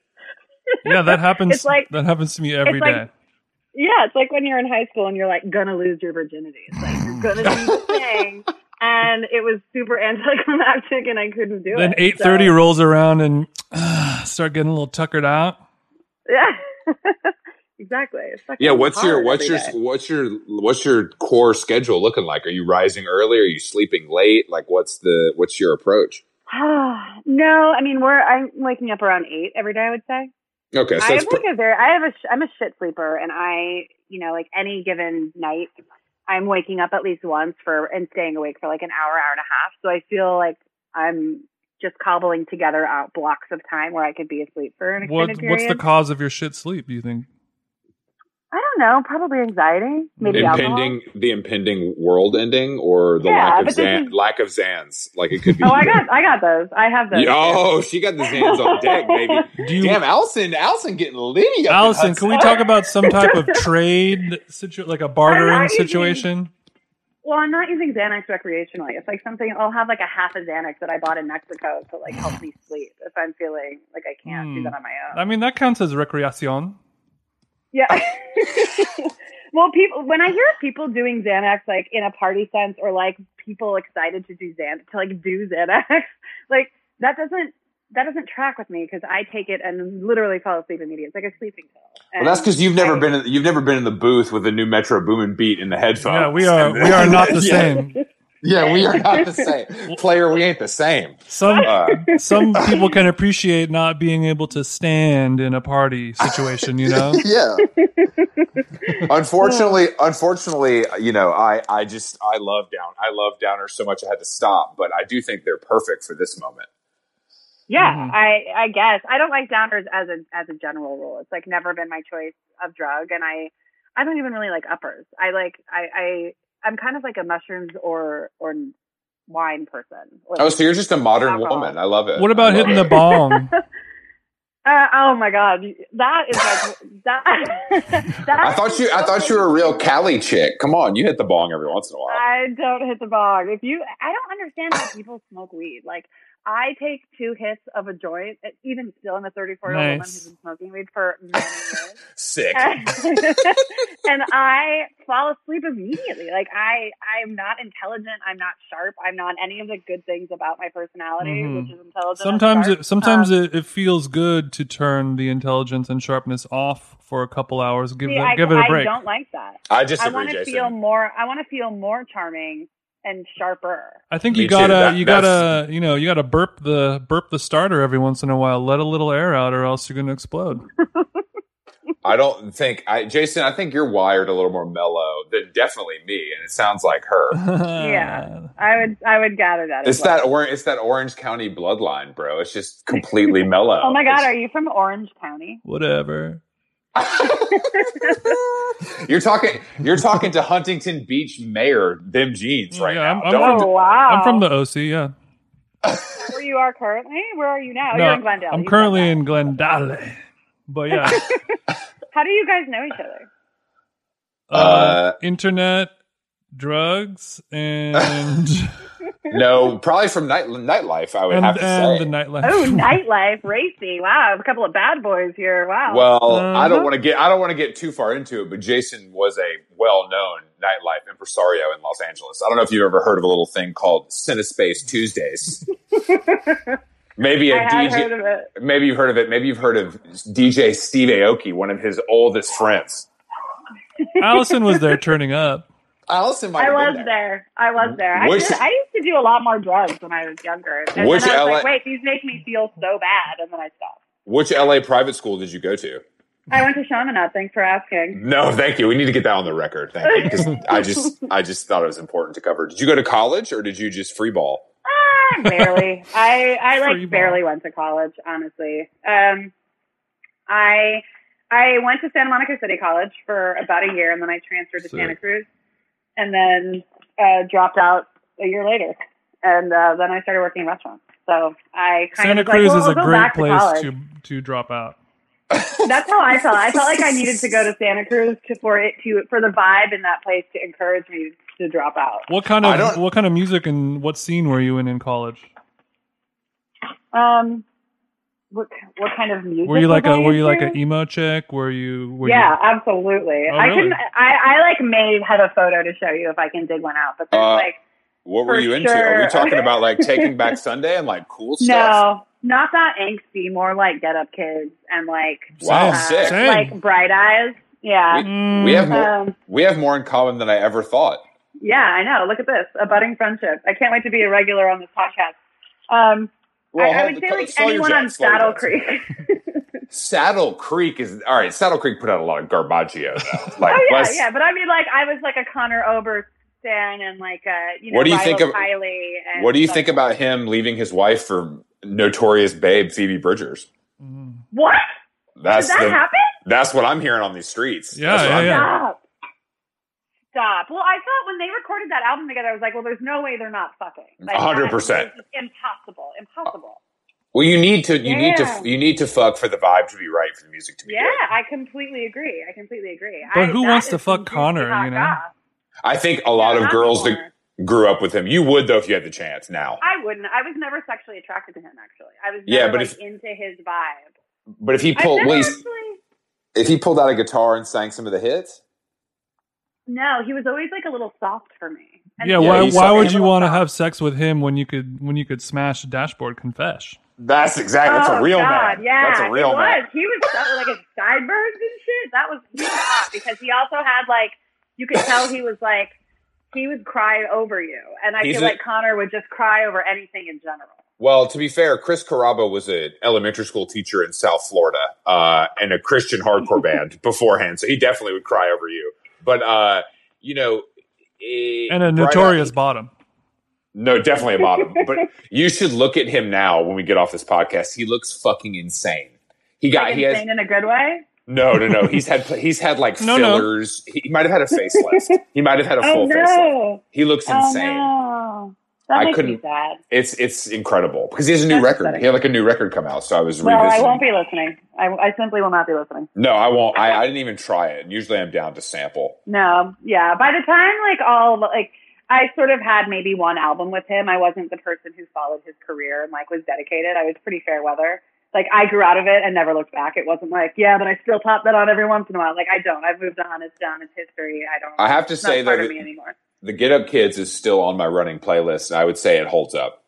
S2: Yeah, that happens.
S4: It's like-
S2: that happens to me every
S4: it's like-
S2: day.
S4: Yeah, it's like when you're in high school and you're like gonna lose your virginity. It's like you're gonna do the thing. And it was super anticlimactic and I couldn't do
S2: then
S4: it.
S2: eight
S4: So-
S2: thirty rolls around and uh, start getting a little tuckered out.
S4: Yeah. exactly. It's fucking
S3: Yeah, what's your
S4: hard
S3: what's
S4: every
S3: your
S4: day.
S3: what's your what's your core schedule looking like? Are you rising early? Are you sleeping late? Like, what's the what's your approach?
S4: no, I mean we're I'm waking up around eight every day. I would say
S3: Okay, so
S4: I
S3: that's
S4: have
S3: pr-
S4: like a very I have a sh- I'm a shit sleeper, and I you know like any given night I'm waking up at least once for and staying awake for like an hour hour and a half. So I feel like I'm just cobbling together out blocks of time where I could be asleep for an extended
S2: What
S4: period.
S2: what's the cause of your shit sleep? Do you think?
S4: I don't know, probably anxiety, maybe alcohol.
S3: impending the impending world ending or the
S4: Yeah,
S3: lack of
S4: but this
S3: Zan-
S4: is-
S3: lack of Zans. Like it could be.
S4: Oh, I got I got those. I have those.
S3: Oh, she got the Zans on deck, baby.
S2: Do you,
S3: Damn, Allison, Allison getting litty. up in
S2: Allison?
S3: Hudson.
S2: Can we talk about some type of trade situ like a bartering
S4: using-
S2: situation?
S4: Well, I'm not using Xanax recreationally. It's like something I'll have like a half a Xanax that I bought in Mexico to like help me sleep if I'm feeling like I can't do
S2: Hmm.
S4: that on my own.
S2: I mean, that counts as recreacion.
S4: yeah. well, people when I hear people doing Xanax like in a party sense or like people excited to do Xan to like do Xanax, like that doesn't that doesn't track with me because I take it and literally fall asleep immediately. It's like a sleeping pill.
S3: Well, that's
S4: And
S3: because you've never
S4: I-
S3: been in, you've never been in the booth with the new Metro Boomin beat in the headphones.
S2: Yeah, we are we are not the
S3: Yeah.
S2: same.
S3: Yeah, we are not the same. Player, we ain't the same.
S2: Some
S3: Uh,
S2: some people can appreciate not being able to stand in a party situation. You know,
S3: yeah. unfortunately, unfortunately, you know, I I just I love down I love downers so much I had to stop, but I do think they're perfect for this moment.
S4: Yeah,
S2: Mhm.
S4: I I guess I don't like downers as a as a general rule. It's like never been my choice of drug, and I I don't even really like uppers. I like I I I'm kind of like a mushrooms or or wine person. Like,
S3: Oh, so you're just a modern
S4: Alcohol.
S3: woman. I love it.
S2: what about
S3: I love
S2: hitting the
S3: it.
S2: bong?
S4: uh, oh my god, that is like that. that
S3: I thought you I thought you were a real Cali chick. Come on, you hit the bong every once in a while.
S4: I don't hit the bog. If you, I don't understand how people smoke weed. Like I take two hits of a joint, even still in a 34 year old woman who's been smoking weed for many years.
S5: Sick.
S4: and I fall asleep immediately. Like I, I'm not intelligent. I'm not sharp. I'm not any of the good things about my personality,
S2: Mhm.
S4: which is intelligent.
S2: Sometimes,
S4: and
S2: it,
S4: sharp.
S2: sometimes
S4: Um,
S2: it, it feels good to turn the intelligence and sharpness off for a couple hours. Give
S4: see,
S2: it,
S4: I,
S2: give it a break.
S4: I don't like that.
S5: I
S4: I
S5: disagree,
S4: want to
S5: Jason.
S4: feel more. I want to feel more charming and sharper.
S2: I think
S5: Me
S2: you
S5: too.
S2: gotta,
S5: That-
S2: you
S5: that's-
S2: gotta, you know, you gotta burp the burp the starter every once in a while. Let a little air out, or else you're gonna explode.
S3: I don't think I, Jason. I think you're wired a little more mellow than definitely me, and it sounds like her.
S4: Yeah. I would. I would gather that. as
S3: It's that
S4: well.
S3: or it's that Orange County bloodline, bro. It's just completely mellow.
S4: Oh my God,
S3: It's-
S4: are you from Orange County?
S2: Whatever.
S3: You're talking. You're talking to Huntington Beach Mayor. Them jeans right
S2: Yeah, I'm-
S3: now.
S2: I'm
S3: Don't-
S2: from-
S4: Oh wow!
S2: I'm from the OC. Yeah.
S4: Where you are currently? Where are you now?
S2: No,
S4: You're in Glendale.
S2: I'm
S4: You said
S2: currently
S4: that.
S2: in Glendale, but yeah,
S4: How do you guys know each other?
S2: uh,
S3: Uh,
S2: internet, drugs, and
S3: no, probably from night nightlife. I would
S2: and,
S3: have to
S2: and
S3: say.
S2: the nightlife.
S4: Oh, nightlife, racy. Wow, a couple of bad boys here. Wow.
S3: well, I
S2: Uh-huh.
S3: don't want to get. I don't want to get too far into it. But Jason was a well-known nightlife impresario in Los Angeles. I don't know if you've ever heard of a little thing called CineSpace Tuesdays. Maybe a
S4: I
S3: DJ.
S4: had heard of it.
S3: Maybe you've heard of it. Maybe you've heard of DJ Steve Aoki, one of his oldest friends.
S2: Allison was there turning up.
S3: Allison might
S4: I
S3: have been
S4: was there. I was there. I,
S3: Which-
S4: did, I used to do a lot more drugs when I was younger. And
S3: Which
S4: then I was
S3: LA
S4: like, wait, these make me feel so bad. And then I stopped.
S3: Which LA private school did you go to?
S4: I went to Chaminade. Thanks for asking.
S3: No, thank you. We need to get that on the record. Thank you. Because I just I just thought it was important to cover. Did you go to college or did you just free ball?
S4: Ah, barely. I, I
S2: Free
S4: like
S2: ball.
S4: barely went to college, honestly. Um, I, I went to Santa Monica City College for about a year and then I transferred to
S1: Sick.
S4: Santa Cruz and then uh, dropped out a year later. And uh, then I started working in restaurants. So I kind
S2: Santa
S4: of was like,
S2: Cruz
S4: well,
S2: is
S4: I'll
S2: a
S4: go
S2: great
S4: back to
S2: place
S4: college.
S2: to to drop out.
S4: That's how I felt. I felt like I needed to go to Santa Cruz to, for it to for the vibe in that place to encourage me to drop out.
S2: What kind
S3: I
S2: of
S3: don't-
S2: what kind of music and what scene were you in in college?
S4: Um, what what kind of music?
S2: Were you like
S4: was
S2: a
S4: I
S2: were you like
S4: into?
S2: an emo chick? Were you were
S4: yeah,
S2: you,
S4: absolutely.
S2: Oh,
S4: I
S2: really?
S4: can. I, I like may have a photo to show you if I can dig one out. But there's
S3: Uh,
S4: like
S3: What were
S4: For
S3: you into? Are we
S4: sure.
S3: talking about like taking back Sunday and like cool stuff?
S4: no, not that angsty. More like Get Up Kids and like
S3: Wow,
S4: uh,
S3: sick.
S2: Same.
S4: like Bright Eyes. Yeah.
S2: Mm,
S3: We have more
S4: Um,
S3: we have more in common than I ever thought.
S4: yeah, I know. Look at this, a budding friendship. I can't wait to be a regular on this podcast. Um,
S3: Well,
S4: I, I
S3: hold-
S4: would say
S3: slow
S4: like
S3: your
S4: anyone
S3: jets,
S4: on
S3: slow your
S4: Saddle
S3: jets.
S4: Creek.
S3: Saddle Creek is all right. Saddle Creek put out a lot of garbaggio. Though. Like,
S4: oh yeah,
S3: let's-
S4: yeah. But I mean, like I was like a Connor Oberst fan, and like uh, you know,
S3: What do you
S4: Rilo
S3: think of-
S4: Kiley and
S3: What do you
S4: stuff
S3: think
S4: like-
S3: about him leaving his wife for notorious babe Phoebe Bridgers?
S2: mm.
S4: What
S3: That's
S4: did that
S3: the,
S4: happen?
S3: that's what I'm hearing on these streets.
S2: Yeah,
S3: That's what
S2: yeah,
S3: I'm-
S2: yeah.
S4: Stop. Stop. Well, I thought when they recorded that album together, I was like, well, there's no way they're not fucking. Like,
S3: 100%.
S4: that is just Impossible. Impossible.
S3: Well, you need to you need to
S4: Yeah.
S3: you need to fuck for the vibe to be right for the music to be
S4: Yeah,
S3: good.
S4: I completely agree. I completely agree.
S2: But
S4: I-
S2: who
S4: that
S2: wants to
S4: is
S2: fuck
S4: some juicy
S2: Connor,
S4: hot
S2: you know?
S4: gossip.
S3: I think a lot
S4: No,
S3: of
S4: not
S3: girls
S4: anymore.
S3: that grew up with him, you would though if you had the chance now.
S4: I wouldn't. I was never sexually attracted to him. Actually, I was never
S3: Yeah, but
S4: like,
S3: if-
S4: into his vibe.
S3: But if he
S4: I've
S3: pulled
S4: never
S3: well, he's-
S4: actually.
S3: if he pulled out a guitar and sang some of the hits,
S4: No, he was always like a little soft for me. And
S2: Yeah,
S4: he
S2: why
S4: was
S3: he's
S2: why
S4: always
S2: would
S4: a
S2: you
S4: little
S2: want to
S4: soft.
S2: have sex with him when you could when you could smash dashboard confesh?
S3: that's exactly that's a
S4: Oh,
S3: real
S4: God,
S3: man.
S4: Yeah,
S3: that's a real
S4: it
S3: man.
S4: Was. He was so- like his sideburns and shit. That was really hot because he also had like you could tell he was like he would cry over you, and I
S3: He's
S4: feel
S3: a-
S4: like Connor would just cry over anything in general.
S3: Well, to be fair, Chris Caraba was an elementary school teacher in South Florida uh, and a Christian hardcore band beforehand, so he definitely would cry over you. But uh, you know, eh,
S2: And a
S3: Bright
S2: notorious bottom.
S3: No, definitely a bottom. but you should look at him now when we get off this podcast. He looks fucking insane. He got
S4: like
S3: he
S4: insane
S3: has
S4: in a good way.
S3: no no no. He's had he's had like
S2: No, no.
S3: fillers. He, he might have had a facelift. he might have had a
S4: Oh
S3: full facelift.
S4: no!
S3: He looks insane.
S4: Oh no! That
S3: I
S4: makes me
S3: couldn't-
S4: sad.
S3: It's it's incredible because he has a new
S4: That's
S3: record.
S4: upsetting.
S3: He had like a new record come out, so I was
S4: Well, I
S3: revisiting.
S4: won't be listening. I, I simply will not be listening.
S3: no, I won't. I, I didn't even try it. Usually, I'm down to sample.
S4: No, yeah. By the time like all like I sort of had maybe one album with him. I wasn't the person who followed his career and like was dedicated. I was pretty fair weather. Like I grew out of it and never looked back. It wasn't like, yeah, but I still pop that on every once in a while. Like I don't. I've moved on. It's done. It's history. I don't.
S3: I have to
S4: it's
S3: say,
S4: not part
S3: though,
S4: of
S3: that-
S4: me anymore.
S3: The Get Up Kids is still on my running playlist, and I would say it holds up.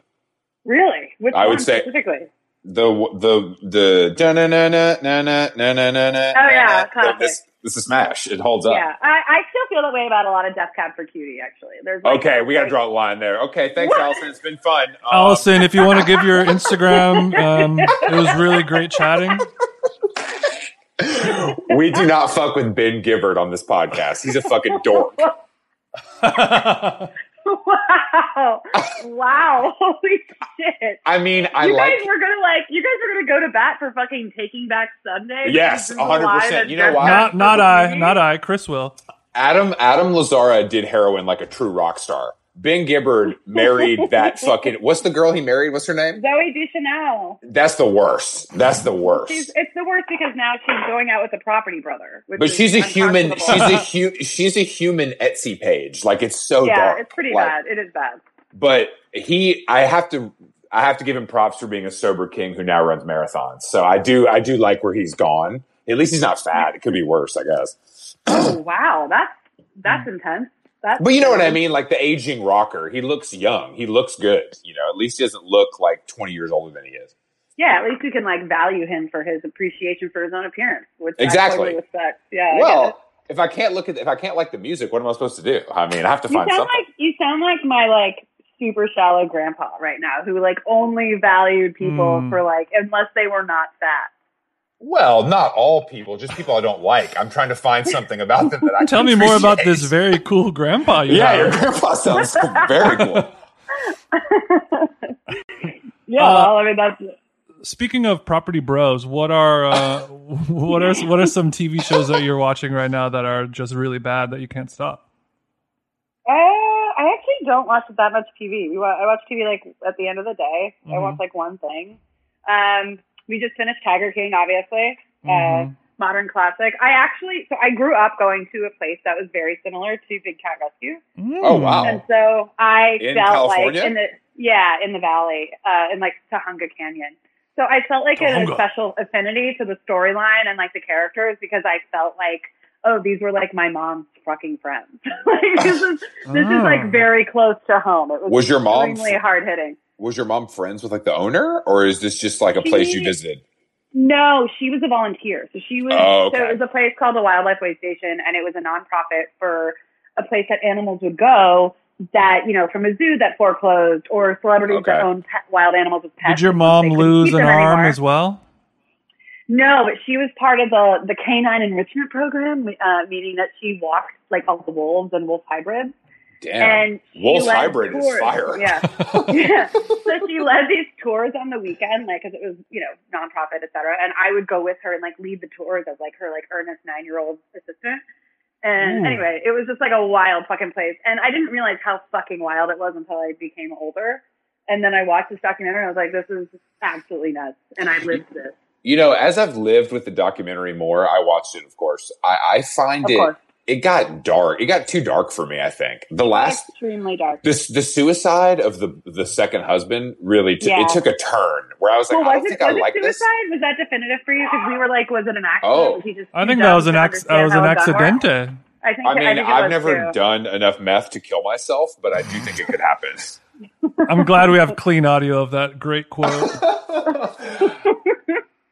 S4: Really? Which
S3: I would
S4: one
S3: say-
S4: specifically?
S3: The the the da na na na na na na na na na.
S4: Oh, yeah, classic.
S3: this this is smash. It holds up.
S4: Yeah, I, I still feel that way about a lot of Death Cab for Cutie. Actually, there's like,
S3: Okay, we got to
S4: like-
S3: draw a line there. Okay, thanks,
S4: What?
S3: Allison. It's been fun. Um,
S2: Allison, if you want to give your Instagram, um, it was really great chatting.
S3: we do not fuck with Ben Gibbard on this podcast. He's a fucking dork.
S4: Wow! wow! Holy shit!
S3: I mean, I
S4: you
S3: like.
S4: guys were gonna like. You guys were gonna go to bat for fucking Taking Back Sunday.
S3: Yes,
S4: This is alive
S3: 100%.
S4: and
S3: You know why?
S2: Not, not I, not I. Chris will.
S3: Adam Adam Lazara did heroin like a true rock star. Ben Gibbard married that fucking what's the girl he married? What's her name?
S4: Zoe Deschanel.
S3: That's the worst. That's the
S4: She's,
S3: worst.
S4: it's the worst because now she's going out with the property brother. which
S3: But
S4: is
S3: she's a human. She's
S4: unconscionable.
S3: a hu- She's a human Etsy page. Like it's so
S4: yeah,
S3: dark.
S4: it's pretty
S3: Like,
S4: bad. It is bad.
S3: But he, I have to, I have to give him props for being a sober king who now runs marathons. So I do, I do like where he's gone. At least he's not fat. It could be worse, I guess.
S4: Oh, wow, that's that's intense. That's
S3: Mm. But you know what I mean? Like the aging rocker, he looks young. He looks good. You know, at least he doesn't look like 20 years older than he is.
S4: Yeah, at least you can like value him for his appreciation for his own appearance, which
S3: Exactly.
S4: I totally respect. Yeah. I get it.
S3: Well, if I can't look at, if I can't like the music, what am I supposed to do? I mean, I have to
S4: you
S3: find
S4: sound
S3: something.
S4: like you sound like my like super shallow grandpa right now, who like only valued people
S2: Mm.
S4: for like unless they were not fat.
S3: well, not all people, just people I don't like. I'm trying to find something about them that I
S2: Tell
S3: can
S2: me more about
S3: appreciate.
S2: this very cool grandpa you
S3: Yeah,
S2: have.
S3: your grandpa sounds very cool.
S4: Yeah.
S2: Uh,
S4: well, I mean that's
S2: Speaking of property bros, what are uh, what are what are some TV shows that you're watching right now that are just really bad that you can't stop?
S4: Uh, I actually don't watch that much TV. We wa- I watch TV like at the end of the day. I
S2: Mhm.
S4: watch like one thing. Um, we just finished Tiger King, obviously. Uh,
S2: Mhm.
S4: modern classic. I actually, so I grew up going to a place that was very similar to Big Cat Rescue,
S3: Oh,
S2: Hmm.
S3: wow.
S4: and so I
S3: In
S4: felt
S3: California?
S4: like in the yeah in the valley, uh, in like Tahunga Canyon. So I felt like a
S2: Tahunga.
S4: special affinity to the storyline and like the characters because I felt like oh these were like my mom's fucking friends. like this is this is
S2: Ah.
S4: like very close to home. It was,
S3: Was your mom-
S4: extremely hard hitting?
S3: Was your mom friends with like the owner, or is this just like a place you
S4: She-
S3: visited?
S4: No, she was a volunteer. So she was.
S3: Oh, okay.
S4: So it was a place called the Wildlife Way Station, and it was a nonprofit for a place that animals would go that you know from a zoo that foreclosed or celebrities that
S3: Okay.
S4: own pet, wild animals as pets.
S2: Did your
S4: because
S2: mom
S4: they couldn't
S2: lose
S4: keep
S2: an
S4: them
S2: arm
S4: anymore.
S2: as well?
S4: No, but she was part of the the canine enrichment program, uh, meaning that she walked like all the wolves and wolf hybrids.
S3: Damn,
S4: And she
S3: Wolf
S4: led
S3: Hybrid is
S4: tours.
S3: fire.
S4: Yeah. yeah. So she led these tours on the weekend, like, because it was, you know, nonprofit, et cetera. And I would go with her and, like, lead the tours as, like, her, like, earnest nine year old assistant. And
S2: Ooh.
S4: anyway, it was just, like, a wild fucking place. And I didn't realize how fucking wild it was until I became older. And then I watched this documentary and I was like, this is absolutely nuts. And I lived this.
S3: You know, as I've lived with the documentary more, I watched it. Of course, I, I find
S4: Of
S3: it.
S4: course.
S3: It got dark. It got too dark for me. I think the last
S4: Extremely dark.
S3: this the suicide of the the second husband really t-
S4: Yeah.
S3: it took a turn where I was like,
S4: well,
S3: I
S4: was
S3: don't think
S4: it, was
S3: I
S4: it
S3: like
S4: suicide?
S3: this.
S4: Was that definitive for you? Because we were like, was it an accident?
S3: Oh.
S4: Was he just
S2: I
S4: too
S2: think
S4: dumb
S2: that was an
S4: to
S2: ac- that
S4: understand
S2: was
S4: how
S2: an
S4: it got worked?
S2: accidente.
S4: I think
S3: I mean,
S4: I think it
S3: I've
S4: was
S3: never
S4: too.
S3: done enough meth to kill myself, but I do think it could happen.
S2: I'm glad we have clean audio of that great quote.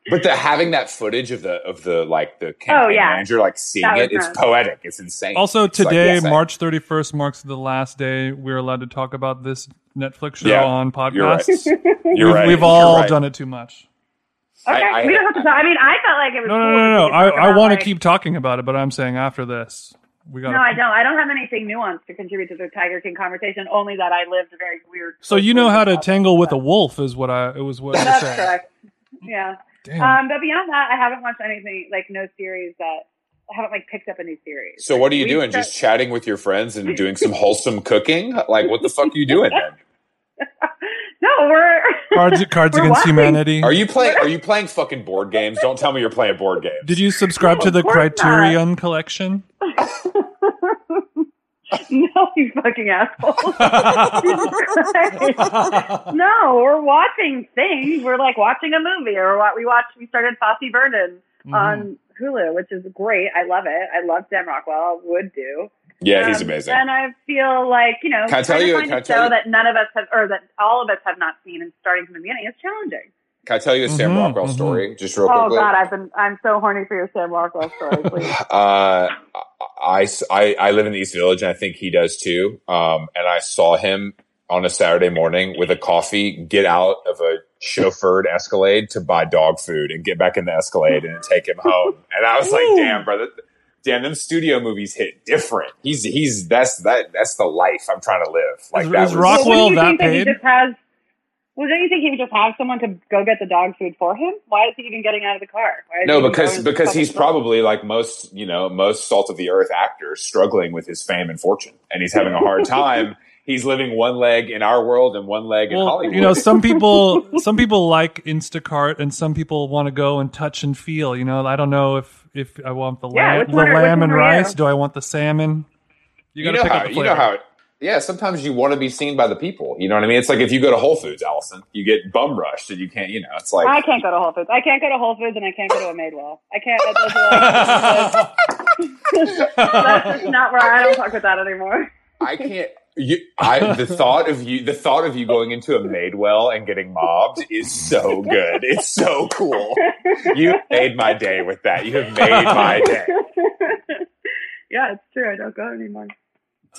S3: but the having that footage of the of the like the campaign
S4: Oh, yeah.
S3: manager like seeing
S4: That was
S3: it, it's
S4: nice.
S3: poetic. It's insane.
S2: Also,
S3: It's like,
S2: today,
S3: yes, I-
S2: March 31st, marks the last day we're allowed to talk about this Netflix show
S3: Yeah,
S2: on
S3: You're right.
S2: podcasts.
S3: You're
S2: we've
S3: right.
S2: we've
S3: You're
S2: all
S3: right.
S2: done it too much.
S4: Okay,
S3: I- I-
S4: we don't have to. Talk. I mean, I felt like it was.
S2: No, no,
S4: cool
S2: no, no. no.
S4: because we could talk
S2: I, I
S4: about,
S2: want to
S4: like-
S2: keep talking about it, but I'm saying after this, we got.
S4: No, I don't. I don't have anything nuanced to contribute to the Tiger King conversation. Only that I lived a very weird.
S2: So you know how to
S4: That's
S2: tangle with a wolf is what I. It was what you
S4: That's
S2: said.
S4: correct. Yeah.
S2: Damn.
S4: Um, but beyond that, I haven't watched anything like no series that I haven't like picked up a new series.
S3: So
S4: Like,
S3: what are you
S4: we
S3: doing?
S4: start-
S3: Just chatting with your friends and doing some wholesome cooking? Like what the fuck are you doing then?
S4: no, we're
S2: Cards, Cards
S4: We're
S2: Against
S4: watching.
S2: Humanity.
S3: Are you playing? Are you playing fucking board games? Don't tell me you're playing board games.
S2: Did you subscribe
S4: No,
S2: to
S4: of
S2: the
S4: course not.
S2: Criterion Collection?
S4: no, you fucking asshole.
S2: Mm-hmm.
S4: Jesus Christ. no, we're watching things. We're like watching a movie, or what we watched. We started Fossey Vernon
S3: Mm-hmm.
S4: on Hulu, which is great. I love it. I love Sam Rockwell. Would do.
S3: Yeah, he's
S4: Um,
S3: amazing.
S4: And I feel like you know,
S3: Can I tell
S4: trying to
S3: you-
S4: find
S3: can I
S4: a
S3: tell
S4: show
S3: you-
S4: that none of us have, or that all of us have not seen, and starting from the beginning is challenging.
S3: Can I tell you a Sam
S2: Mhm,
S3: Rockwell
S2: mhm.
S3: story just real
S4: Oh
S3: quickly?
S4: God, I've been I'm so horny for your Sam Rockwell story. Please.
S3: Uh, I, I, I live in the East Village and I think he does too. Um, and I saw him on a Saturday morning with a coffee get out of a chauffeured Escalade to buy dog food and get back in the Escalade and take him home. And I was like, damn, brother. Damn, them studio movies hit different. He's he's that's that that's the life I'm trying to live. Like
S2: Is-
S3: that
S2: is
S3: was,
S2: Rock- Rockwell
S4: Well, wouldn't you
S2: that
S4: think that he
S2: paid?
S4: just has? Well, don't you think he would just have someone to go get the dog food for him? Why is he even getting out of the car? Why is he
S3: no,
S4: even
S3: because
S4: going to
S3: because
S4: the
S3: he's
S4: fucking
S3: probably like most you know most salt of the earth actors struggling with his fame and fortune, and he's having a hard time. He's living one leg in our world and one leg in
S2: Well,
S3: Hollywood.
S2: you know, some people some people like Instacart, and some people want to go and touch and feel. You know, I don't know if if I want the
S4: Yeah,
S2: lamb,
S4: which
S2: the
S4: one are- which
S2: lamb
S4: one
S2: and
S4: are you?
S2: rice. Do I want the salmon? You gotta
S3: know
S2: pick
S3: how
S2: up the
S3: you know
S2: flavor.
S3: how. Yeah, sometimes you want to be seen by the people. You know what I mean? It's like if you go to Whole Foods, Allison, you get bum rushed and you can't. You know, it's like
S4: I can't go to Whole Foods. I can't go to Whole Foods, and I can't go to a Madewell. I can't. Those are like, that's just not where I don't fuck with that anymore.
S3: I can't. You, I the thought of you the thought of you going into a Madewell and getting mobbed is so good. It's so cool. You made my day with that. You have made my day.
S4: yeah, it's true. I don't go anymore.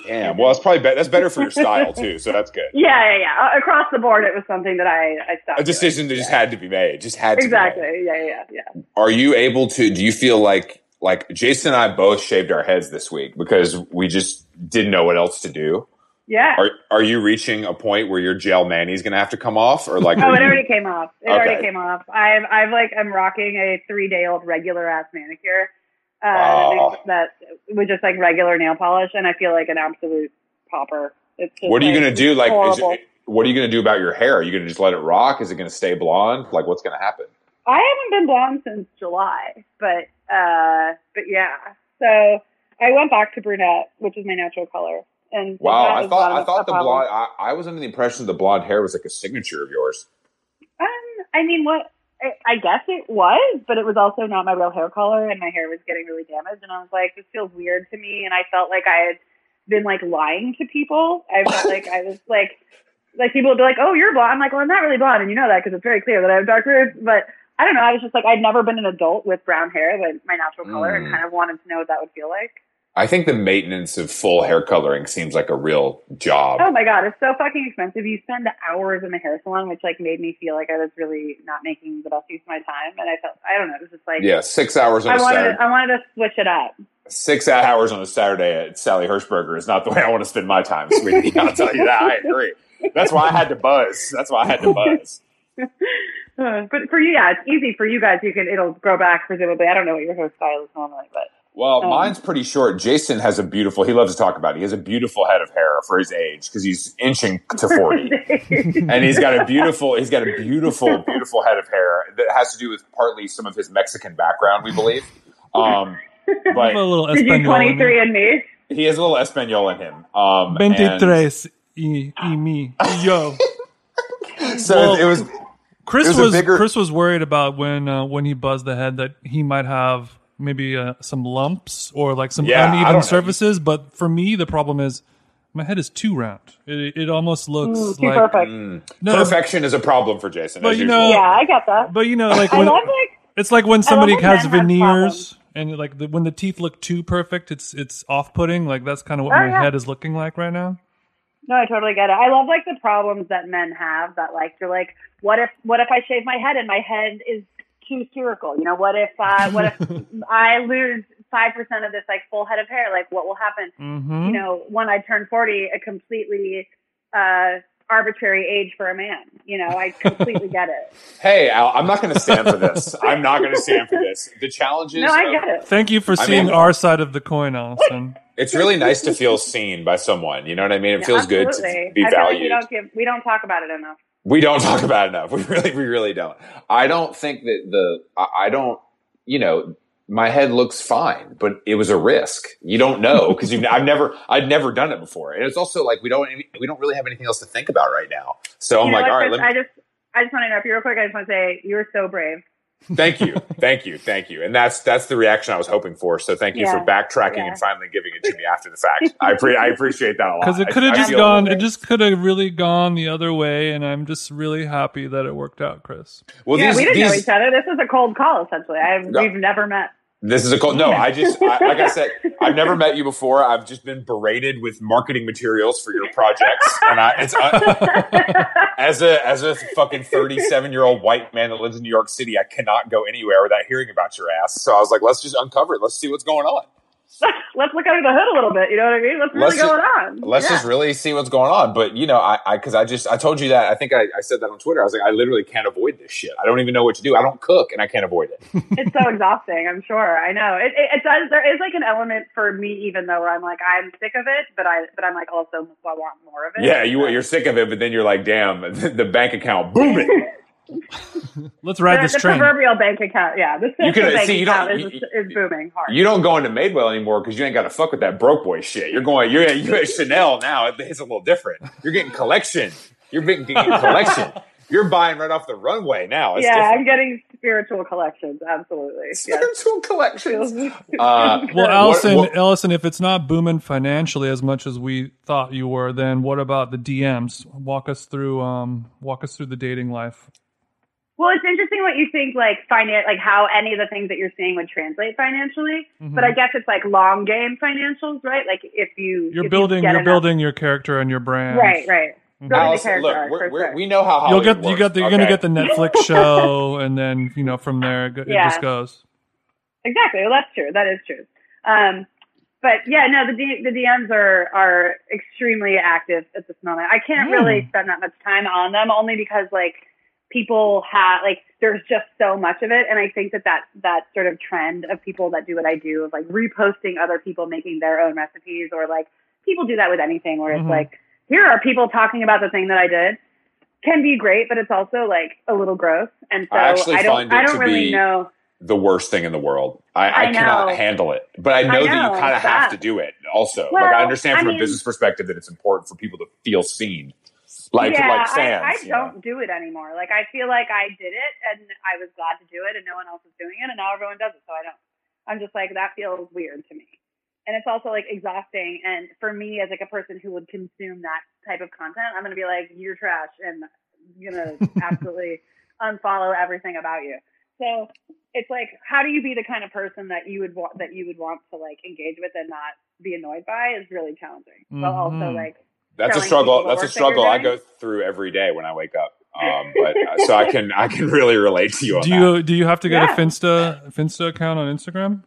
S3: Damn. Well, it's probably be- that's better for your style too. So that's good.
S4: Yeah, yeah, yeah. Uh, Across the board, it was something that I I stopped.
S3: A decision that just had to be made. Just had to
S4: doing.
S3: be
S4: Exactly. Yeah, yeah, yeah.
S3: made. Are you able to? Do you feel like like Jason and I both shaved our heads this week because we just didn't know what else to do?
S4: Yeah.
S3: Are Are you reaching a point where your gel manny's going to have to come off, or like?
S4: Oh,
S3: are
S4: it
S3: you-
S4: already came off. It
S3: Okay.
S4: already came off. I've I've like I'm rocking a three day old regular ass manicure. Uh,
S3: Wow.
S4: that with just like regular nail polish, and I feel like an absolute popper. It's just,
S3: what are you
S4: like,
S3: going to do? Like, is
S4: horrible.
S3: what are you going to do about your hair? Are you going to just let it rock? Is it going to stay blonde? Like, what's going to happen?
S4: I haven't been blonde since July, but uh, but yeah. So I went back to brunette, which is my natural color. And so
S3: Wow,
S4: that
S3: I
S4: was
S3: thought
S4: a lot
S3: I
S4: of
S3: thought
S4: a
S3: the
S4: problem.
S3: blonde. I, I was under the impression the blonde hair was like a signature of yours.
S4: Um, I mean, what? I, I guess it was, but it was also not my real hair color, and my hair was getting really damaged. And I was like, this feels weird to me, and I felt like I had been like lying to people. I felt like I was like, like people would be like, "Oh, you're blonde." I'm like, "Well, I'm not really blonde," and you know that because it's very clear that I have dark roots. But I don't know. I was just like, I'd never been an adult with brown hair, like my natural color,
S3: Mm.
S4: and kind of wanted to know what that would feel like.
S3: I think the maintenance of full hair coloring seems like a real job.
S4: Oh my god, it's so fucking expensive. You spend hours in the hair salon, which like made me feel like I was really not making the best use of my time. And I felt, I don't know, it was just like.
S3: yeah, six hours on
S4: I
S3: a
S4: wanted
S3: Saturday.
S4: I wanted to switch it up.
S3: six hours on a Saturday at Sally Hirschberger is not the way I want to spend my time, sweetie. I'll tell you that. I agree. That's why I had to buzz. That's why I had to buzz.
S4: Uh, But for you, yeah, it's easy for you guys. You can it'll grow back presumably. I don't know what your hair style is normally, but
S3: Well,
S4: Um,
S3: mine's pretty short. Jason has a beautiful. He loves to talk about it. He has a beautiful head of hair for his age because he's inching to forty, and he's got a beautiful. He's got a beautiful, beautiful head of hair that has to do with partly some of his Mexican background, we believe. Um,
S2: Have a
S3: but
S2: little
S4: did you
S2: Espanol in
S4: twenty
S2: it.
S4: three and me?
S3: he has a little Espanol in him. Um, and
S2: 23 y, y me. Yo.
S3: So
S2: Well-
S3: it was.
S2: Chris
S3: It
S2: was,
S3: was a bigger-
S2: Chris was worried about when uh, when he buzzed the head that he might have maybe uh, some lumps or like some
S3: Yeah, I don't know.
S2: uneven surfaces. But for me, the problem is my head is too round. It, it almost looks
S4: Ooh, too
S2: like
S4: perfect.
S3: uh,
S2: No,
S3: mm, Perfection is a problem for Jason.
S2: But
S3: as
S2: you
S3: usual.
S2: know-
S4: yeah, I get that.
S2: But you know, like
S4: I
S2: when,
S4: love like
S2: it's like when somebody
S4: when men
S2: has
S4: have
S2: veneers
S4: problems.
S2: and like the, when the teeth look too perfect, it's it's off putting. Like that's kind of what
S4: Oh,
S2: my
S4: yeah.
S2: head is looking like right now.
S4: No, I totally get it. I love like the problems that men have that like you're like, what if what if I shave my head and my head is too spherical? You know, what if I what if I lose five percent of this like full head of hair? Like what will happen?
S2: Mm-hmm.
S4: You know, when I turn forty, a completely uh arbitrary age for a man. You know, I completely get it.
S3: hey, Al, I'm not going to stand for this. I'm not going to stand for this. The challenges.
S4: No, I
S3: of-
S4: get it.
S2: Thank you for
S3: I
S2: seeing
S3: mean-
S2: our side of the coin, Allison.
S3: It's really nice to feel seen by someone. You know what I mean? It feels
S4: Yeah,
S3: good to
S4: absolutely.
S3: be
S4: I feel like we
S3: valued.
S4: don't give we don't talk about it enough.
S3: we don't talk about it enough. We really, we really don't. I don't think that the, I, I don't, you know, my head looks fine, but it was a risk. You don't know because you've I've never I've never done it before, and it's also like we don't we don't really have anything else to think about right now. So I'm
S4: You know
S3: like,
S4: what,
S3: all right,
S4: Chris?
S3: Oh let me,
S4: I just I just want to interrupt you real quick. I just want to say you were so brave.
S3: thank you, thank you, thank you, and that's that's the reaction I was hoping for. So thank you
S4: Yeah.
S3: for backtracking
S4: Yeah.
S3: and finally giving it to me after the fact. I pre- I appreciate that a lot
S2: Because it
S3: I-
S2: could have
S3: I
S2: just
S3: feel-
S2: gone, it just could have really gone the other way, and I'm just really happy that it worked out, Chris.
S3: Well,
S4: yeah,
S3: these,
S4: we didn't know
S3: these,
S4: each other. This was a cold call essentially. I've,
S3: No.
S4: We've never met.
S3: This is a cold. No, I just I, like I said, I've never met you before. I've just been berated with marketing materials for your projects, and I, it's uh, as a as a fucking thirty seven year old white man that lives in New York City, I cannot go anywhere without hearing about your ass. So I was like, let's just uncover it. Let's see what's going on.
S4: Let's look under the hood a little bit. You know what I mean? What's really
S3: Let's just-
S4: going on?
S3: Let's just really see what's going on. But you know, I because I, just I told you that I think I, I said that on Twitter. I was like, I literally can't avoid this shit. I don't even know what to do. I don't cook, and I can't avoid it.
S4: it's so exhausting. I'm sure. I know. It, it, it does. There is like an element for me, even though where I'm like, I'm sick of it, but I, but I'm like also, I want more of it.
S3: Yeah, you you're sick of it, but then you're like, damn, the bank account booming.
S2: Let's ride
S4: the,
S2: this
S4: the
S2: train.
S4: proverbial bank account. Yeah, the
S3: You can-
S4: Citizens bank
S3: see, you
S4: account
S3: don't-
S4: is,
S3: you-
S4: is booming hard.
S3: You don't go into Madewell anymore because you ain't got to fuck with that broke boy shit. You're going, you're, you're at Chanel now. It- It's a little different. You're getting collection. You're getting, getting collection. You're buying right off the runway now. It's
S4: yeah, I'm
S3: different.
S4: getting spiritual collections. Absolutely. Yes.
S3: Spiritual collections. Uh,
S2: Well,
S3: What-
S2: Allison,
S3: what-
S2: Allison, if it's not booming financially as much as we thought you were, then what about the DMs? Walk us through, um, walk us through the dating life.
S4: Well, it's interesting what you think, like finance, like how any of the things that you're seeing would translate financially.
S2: Mm-hmm.
S4: But I guess it's like long game financials, right? Like if you
S2: You're
S4: if you
S2: building,
S4: get
S2: you're
S4: enough-
S2: building your character and your brand.
S4: right, right. Building the
S3: Allison,
S4: character
S3: look,
S4: arc,
S3: we're,
S4: for
S3: we're,
S4: sure.
S3: we know how
S2: You'll
S3: Hollywood
S2: get, you
S3: works,
S2: got the, you're gonna
S3: okay?
S2: get the Netflix show, and then you know from there it, go- it
S4: Yeah.
S2: just goes.
S4: Exactly. Well, that's true. That is true. Um, but yeah, no, the D- the DMs are are extremely active at this moment. I can't
S2: Hmm.
S4: really spend that much time on them, only because like people have like there's just so much of it, and I think that that that sort of trend of people that do what I do of like reposting other people making their own recipes, or like people do that with anything, where
S3: Mm-hmm.
S2: Mhm.
S4: it's like here are people talking about the thing that I did. Can be great, but it's also like a little gross, and so
S3: I
S4: I,
S3: actually
S4: don't
S3: find it
S4: I don't
S3: to
S4: really
S3: be-
S4: know.
S3: the worst thing in the world. I, I,
S4: I
S3: cannot
S4: know.
S3: handle it. But I know, that
S4: know,
S3: you kind of have
S4: it's bad.
S3: to do it also.
S4: Well,
S3: like I understand
S4: I
S3: from a
S4: mean-
S3: business perspective that it's important for people to feel seen. Like
S4: yeah,
S3: like fans.
S4: I, I
S3: you know?
S4: don't do it anymore. Like I feel like I did it and I was glad to do it and no one else is doing it and now everyone does it, so I don't. I'm just like that feels weird to me. And it's also like exhausting and for me as like a person who would consume that type of content, I'm gonna be like, You're trash and I'm gonna absolutely unfollow everything about you. So it's like how do you be the kind of person that you would want that you would want to like engage with and not be annoyed by is really challenging. But also
S3: Mm-hmm.
S2: Mhm.
S4: like
S3: That's a
S4: telling
S3: struggle.
S4: people the
S3: That's a
S4: work that you're
S3: struggle I
S4: doing.
S3: go through every day when I wake up. Um, but uh, so I can I can really relate to you. On
S2: Do
S3: that.
S2: you do you have to get
S4: Yeah.
S2: a finsta finsta account on Instagram?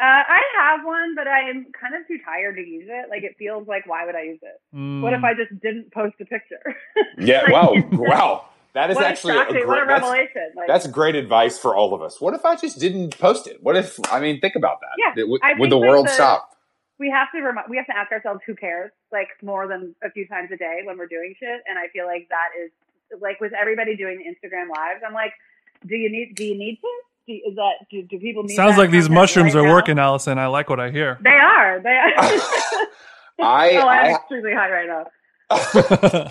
S4: Uh, I have one, but I am kind of too tired to use it. Like it feels like why would I use it? What
S3: Hmm.
S4: if I just didn't post a picture?
S3: Yeah.
S4: Like,
S3: Wow.
S4: it's just-
S3: Wow. That is
S4: what
S3: actually
S4: shock
S3: a
S4: me, what a
S3: great. That's,
S4: revelation! Like
S3: that's great advice for all of us. What if I just didn't post it? What if I mean think about that?
S4: Yeah,
S3: It- would,
S4: I think
S3: would the
S4: like
S3: world
S4: the-
S3: stop?
S4: we have to remi- we have to ask ourselves who cares like more than a few times a day when we're doing shit. And I feel like that is like with everybody doing Instagram lives. I'm like, do you need do you need to? Do, is that do, do people need?
S2: Sounds
S4: that
S2: like these
S4: content
S2: mushrooms
S4: right
S2: are
S4: now?
S2: working, Allison. I like what I hear.
S4: They are. They are.
S3: I,
S4: oh, I'm
S3: I
S4: extremely high right now.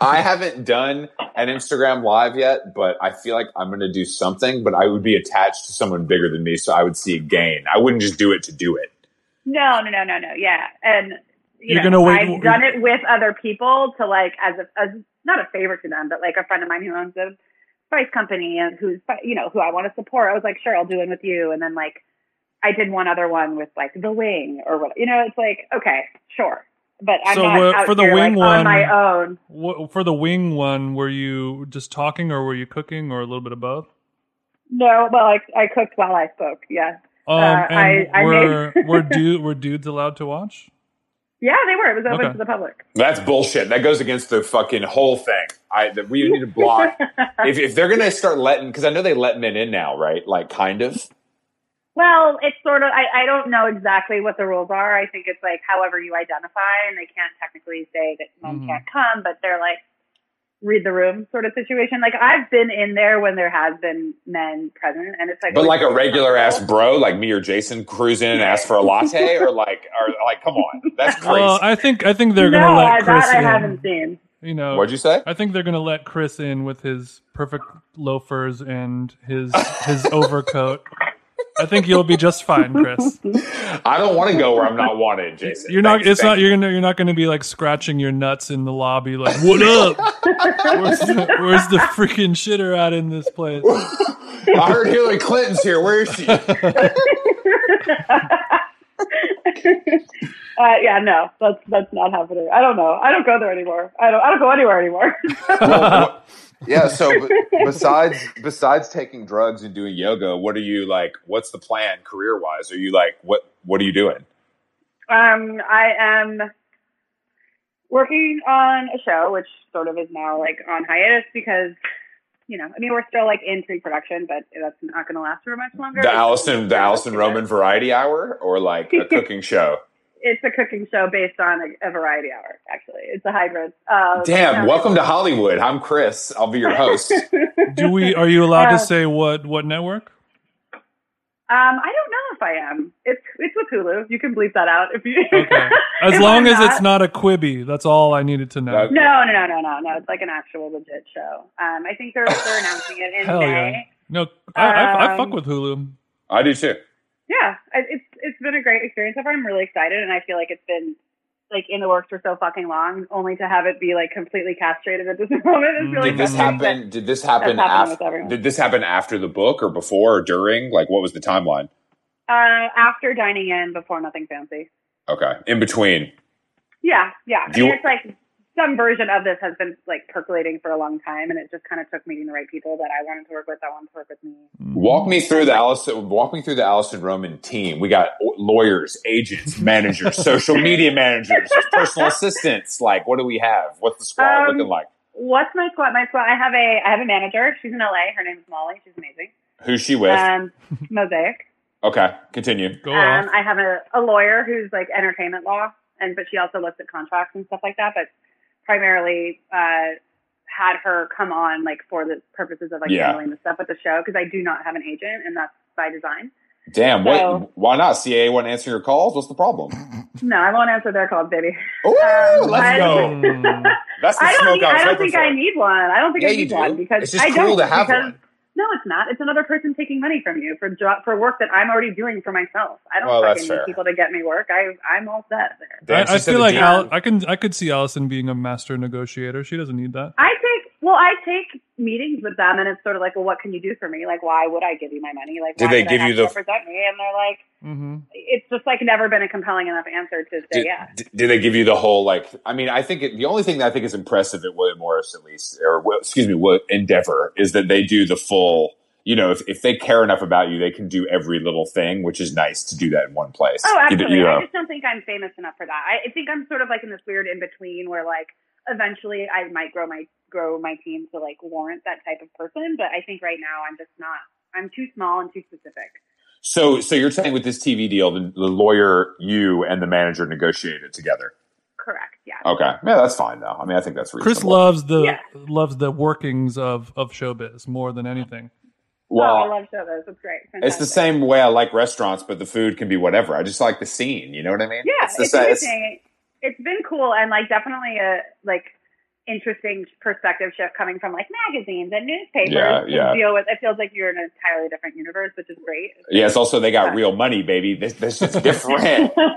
S3: I haven't done an Instagram live yet, but I feel like I'm going to do something. But I would be attached to someone bigger than me, so I would see a gain. I wouldn't just do it to do it.
S4: No, no, no, no, no. Yeah, and you
S2: You're gonna
S4: know,
S2: wait-
S4: I've done it with other people to like as a as not a favor to them, but like a friend of mine who owns a spice company and who's you know who I want to support. I was like, sure, I'll do one with you, and then like I did one other one with like the wing or what you know. It's like okay, sure, but I'm
S2: So,
S4: not
S2: uh,
S4: out
S2: for the
S4: here,
S2: wing
S4: like,
S2: one-
S4: on my own.
S2: What, for the wing one, were you just talking, or were you cooking, or a little bit of both?
S4: No, well, I I cooked while I spoke. Yeah,
S2: Um,
S4: Uh,
S2: and
S4: I- I
S2: were
S4: made-
S2: were dude were dudes allowed to watch?
S4: yeah, they were. It was open
S2: Okay.
S4: to the public.
S3: That's bullshit. That goes against the fucking whole thing. I that we need to block if, if they're going to start letting because I know they let men in now, right? Like kind of.
S4: Well, it's sort of, I, I don't know exactly what the rules are. I think it's like however you identify, and they can't technically say that men
S2: Mhm.
S4: can't come, but they're like, read the room sort of situation. Like I've been in there when there has been men present, and it's like.
S3: But like a regular ass bro, like me or Jason, cruise in and ask for a latte, or like, or like, come on, that's crazy.
S2: Well, I think I think they're
S4: no,
S2: gonna let
S4: I,
S2: Chris
S4: that I
S2: in.
S4: haven't seen.
S2: You know,
S3: What'd you say?
S2: I think they're gonna let Chris in with his perfect loafers and his his overcoat. I think you'll be just fine, Chris.
S3: I don't want to go where I'm not wanted, Jason.
S2: You're not.
S3: Thanks,
S2: it's
S3: thank
S2: not. You're gonna. You're not gonna be like scratching your nuts in the lobby. Like, what up? where's, the, where's the freaking shitter out in this place?
S3: I heard Hillary Clinton's here. Where is she?
S4: Uh, yeah, no, that's that's not happening. I don't know. I don't go there anymore. I don't. I don't go anywhere anymore.
S3: Well, what- yeah. So b- besides besides taking drugs and doing yoga, what are you like? What's the plan career wise? Are you like what What are you doing?
S4: Um, I am working on a show, which sort of is now like on hiatus because, you know, I mean, we're still like in pre-production, but that's not going to last for much longer.
S3: The
S4: It's-
S3: Allison the Allison Roman Variety Hour or like a cooking show?
S4: It's a cooking show based on a, a variety hour. Actually, it's a hybrid. Um,
S3: Damn!
S4: no,
S3: Welcome to Hollywood. I'm Chris. I'll be your host.
S2: Do we? Are you allowed
S4: Uh,
S2: to say what what network?
S4: Um, I don't know if I am. It's it's with Hulu. You can bleep that out if you.
S2: Okay. As
S4: If
S2: long
S4: I'm
S2: as it's not a Quibi, that's all I needed to know.
S3: That-
S4: No, no, no, no, no, no. It's like an actual legit show. Um, I think they're they're announcing it in
S2: Hell
S4: May.
S2: yeah. No, I, I, I fuck
S4: Um,
S2: with Hulu.
S3: I do too.
S4: yeah, I- it's it's been a great experience. So far. I'm really excited, and I feel like it's been like in the works for so fucking long, only to have it be like completely castrated at this moment. It's really
S3: Mm, Did this
S4: frustrating, but
S3: happen? Did this happen
S4: That's happening with
S3: after?
S4: everyone.
S3: Did this happen after the book or before or during? Like, what was the timeline?
S4: Uh, after dining in, before nothing fancy.
S3: Okay, in between.
S4: Yeah, yeah. I
S3: Do you-
S4: mean, it's like some version of this has been like percolating for a long time, and it just kind of took meeting the right people that I wanted to work with, that wanted to work with me.
S3: Walk me through the Allison. Walk me through the Allison Roman team. We got lawyers, agents, managers, social media managers, personal assistants. Like, what do we have? What's the squad
S4: Um,
S3: looking like?
S4: What's my squad? My squad. I have a I have a manager. She's in LA. Her name is Molly. She's amazing.
S3: Who's she with?
S4: Um, Mosaic.
S3: okay, continue.
S2: Go
S4: Um,
S2: off.
S4: I have a, a lawyer who's like entertainment law, and but she also looks at contracts and stuff like that. But primarily uh, had her come on like for the purposes of like
S3: Yeah.
S4: handling the stuff with the show because I do not have an agent, and that's by design.
S3: Damn. What?
S4: So-
S3: why not? CAA won't answer your calls. What's the problem?
S4: No, I won't answer their calls, baby.
S3: Ooh,
S4: Um,
S3: let's
S4: I-
S3: go. That's the
S4: I don't.
S3: smoke
S4: Need,
S3: I was
S4: I don't
S3: hoping
S4: think
S3: for.
S4: I need one. I don't think
S3: Yeah,
S4: I
S3: you
S4: need
S3: do.
S4: one because
S3: It's just
S4: I
S3: cool
S4: don't
S3: to have
S4: because
S3: one.
S4: no, it's not. It's another person taking money from you for jo- for work that I'm already doing for myself. I don't
S3: Well, that's
S4: fucking
S3: fair.
S4: need people to get me work. I I'm all set there.
S3: Damn,
S2: I,
S3: she
S2: I
S3: said
S2: feel
S3: the
S2: like
S3: team.
S2: Al, I can. I could see Allison being a master negotiator. She doesn't need that.
S4: I take well, I take meetings with them, and it's sort of like, well, what can you do for me? Like, why would I give you my money? Like,
S3: Did
S4: why
S3: they
S4: would
S3: give
S4: I
S3: you
S4: have
S3: the-
S4: to represent me? And they're like,
S2: Mm-hmm.
S4: it's just like never been a compelling enough answer to say
S3: did,
S4: yes.
S3: d- did they give you the whole like? I mean, I think it, the only thing that I think is impressive at William Morris, at least, or Wi- excuse me, Wi- Endeavor, is that they do the full. You know, if, if they care enough about you, they can do every little thing, which is nice to do that in one place.
S4: Oh,
S3: You d-
S4: absolutely.
S3: you know.
S4: I just don't think I'm famous enough for that. I, I think I'm sort of like in this weird in between where like eventually I might grow my grow my team to like warrant that type of person, but I think right now I'm just not. I'm too small and too specific.
S3: so, so you're saying with this TV deal, the, the lawyer, you, and the manager negotiated together.
S4: Correct. Yeah.
S3: Okay, yeah, that's fine though. I mean, I think that's reasonable.
S2: Chris loves the
S4: Yeah.
S2: loves the workings of of showbiz more than anything.
S3: Well,
S4: oh, I love shows. It's great.
S3: it's the
S4: Fantastic.
S3: same way I like restaurants, but the food can be whatever. I just like the scene. You know what I mean?
S4: Yeah,
S3: it's
S4: it's,
S3: the same. it's-
S4: interesting. it's been cool and like definitely a like interesting perspective shift coming from like magazines and newspapers
S3: Yeah,
S4: to
S3: yeah.
S4: deal with. It feels like you're in an entirely different universe, which is great.
S3: Yeah, it's also they got real money, baby. This this is different.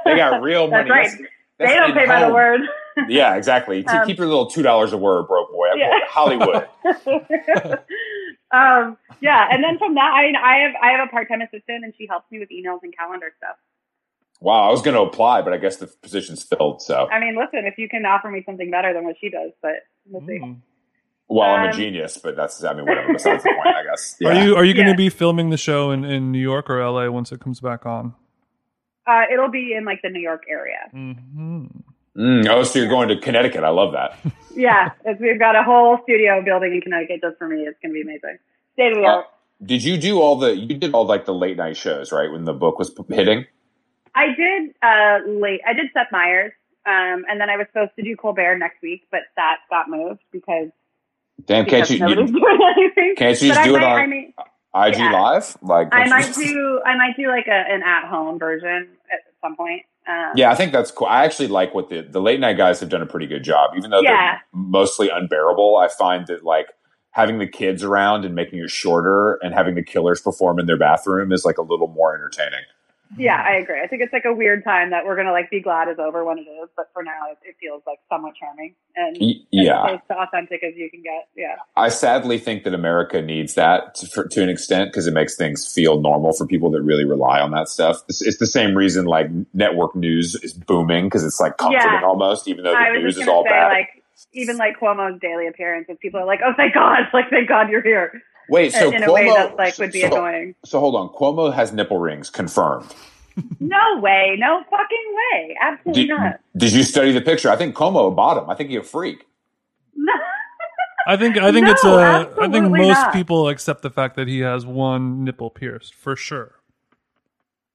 S3: they got real money.
S4: That's right.
S3: that's
S4: they don't
S3: in
S4: pay by the
S3: home.
S4: word.
S3: Yeah, exactly. T-
S4: Um,
S3: Keep your little two dollars a word, broke boy. I'm
S4: Yeah.
S3: going to Hollywood.
S4: um, yeah, and then from that, I mean, I have I have a part time assistant, and she helps me with emails and calendar stuff.
S3: wow, I was going to apply, but I guess the position's filled. So,
S4: I mean, listen, if you can offer me something better than what she does, but we'll see.
S2: Mm.
S3: well, I'm a
S4: Um,
S3: genius, but that's I mean whatever. Besides the point, I guess. Yeah.
S2: Are you are you going to
S4: Yeah.
S2: be filming the show in, in New York or LA once it comes back on?
S4: Uh, it'll be in like the New York area. Mm-hmm.
S2: hmm
S3: Mm, oh, so you're going to Connecticut? I love that.
S4: yeah, it's, we've got a whole studio building in Connecticut just for me. It's going to be amazing. State of the
S3: Uh,
S4: art.
S3: Did you do all the? You did all like the late night shows, right? When the book was p- hitting.
S4: I did uh late. I did Seth Meyers, um, and then I was supposed to do Colbert next week, but that got moved because
S3: Damn, can't
S4: because
S3: you,
S4: nobody's
S3: you
S4: doing anything.
S3: can't you
S4: But
S3: just
S4: I
S3: do it
S4: might,
S3: on-
S4: I mean,
S3: IG
S4: yeah.
S3: live? Like
S4: I
S3: don't
S4: might
S3: you-
S4: do I might do like a, an at home version at some point. Um,
S3: Yeah, I think that's cool. I actually like what the the late night guys have done a pretty good job, even though
S4: Yeah.
S3: they're mostly unbearable. I find that like having the kids around and making it shorter and having the killers perform in their bathroom is like a little more entertaining.
S4: yeah, I agree. I think it's like a weird time that we're gonna like be glad is over when it is, but for now it, it feels like somewhat charming and
S3: Y-
S4: as
S3: yeah,
S4: close to authentic as you can get. Yeah,
S3: I sadly think that America needs that to, for, to an extent because it makes things feel normal for people that really rely on that stuff. It's, it's the same reason like network news is booming because it's like comforting
S4: Yeah.
S3: almost, even though
S4: I
S3: the
S4: was
S3: news
S4: just
S3: is
S4: gonna
S3: all
S4: say
S3: bad.
S4: like even like Cuomo's daily appearance, if people are like, "Oh, thank God!" Like, thank God you're here.
S3: Wait, so
S4: in
S3: Cuomo
S4: a way that like would be
S3: so-
S4: annoying.
S3: So hold on, Cuomo has nipple rings confirmed.
S4: No way, no fucking way, absolutely
S3: Did,
S4: not.
S3: did you study the picture? I think Como bought him. I think he a freak.
S4: No.
S2: I think I think it's
S4: No,
S2: a I think
S4: absolutely
S2: most
S4: not.
S2: people accept the fact that he has one nipple pierced for sure.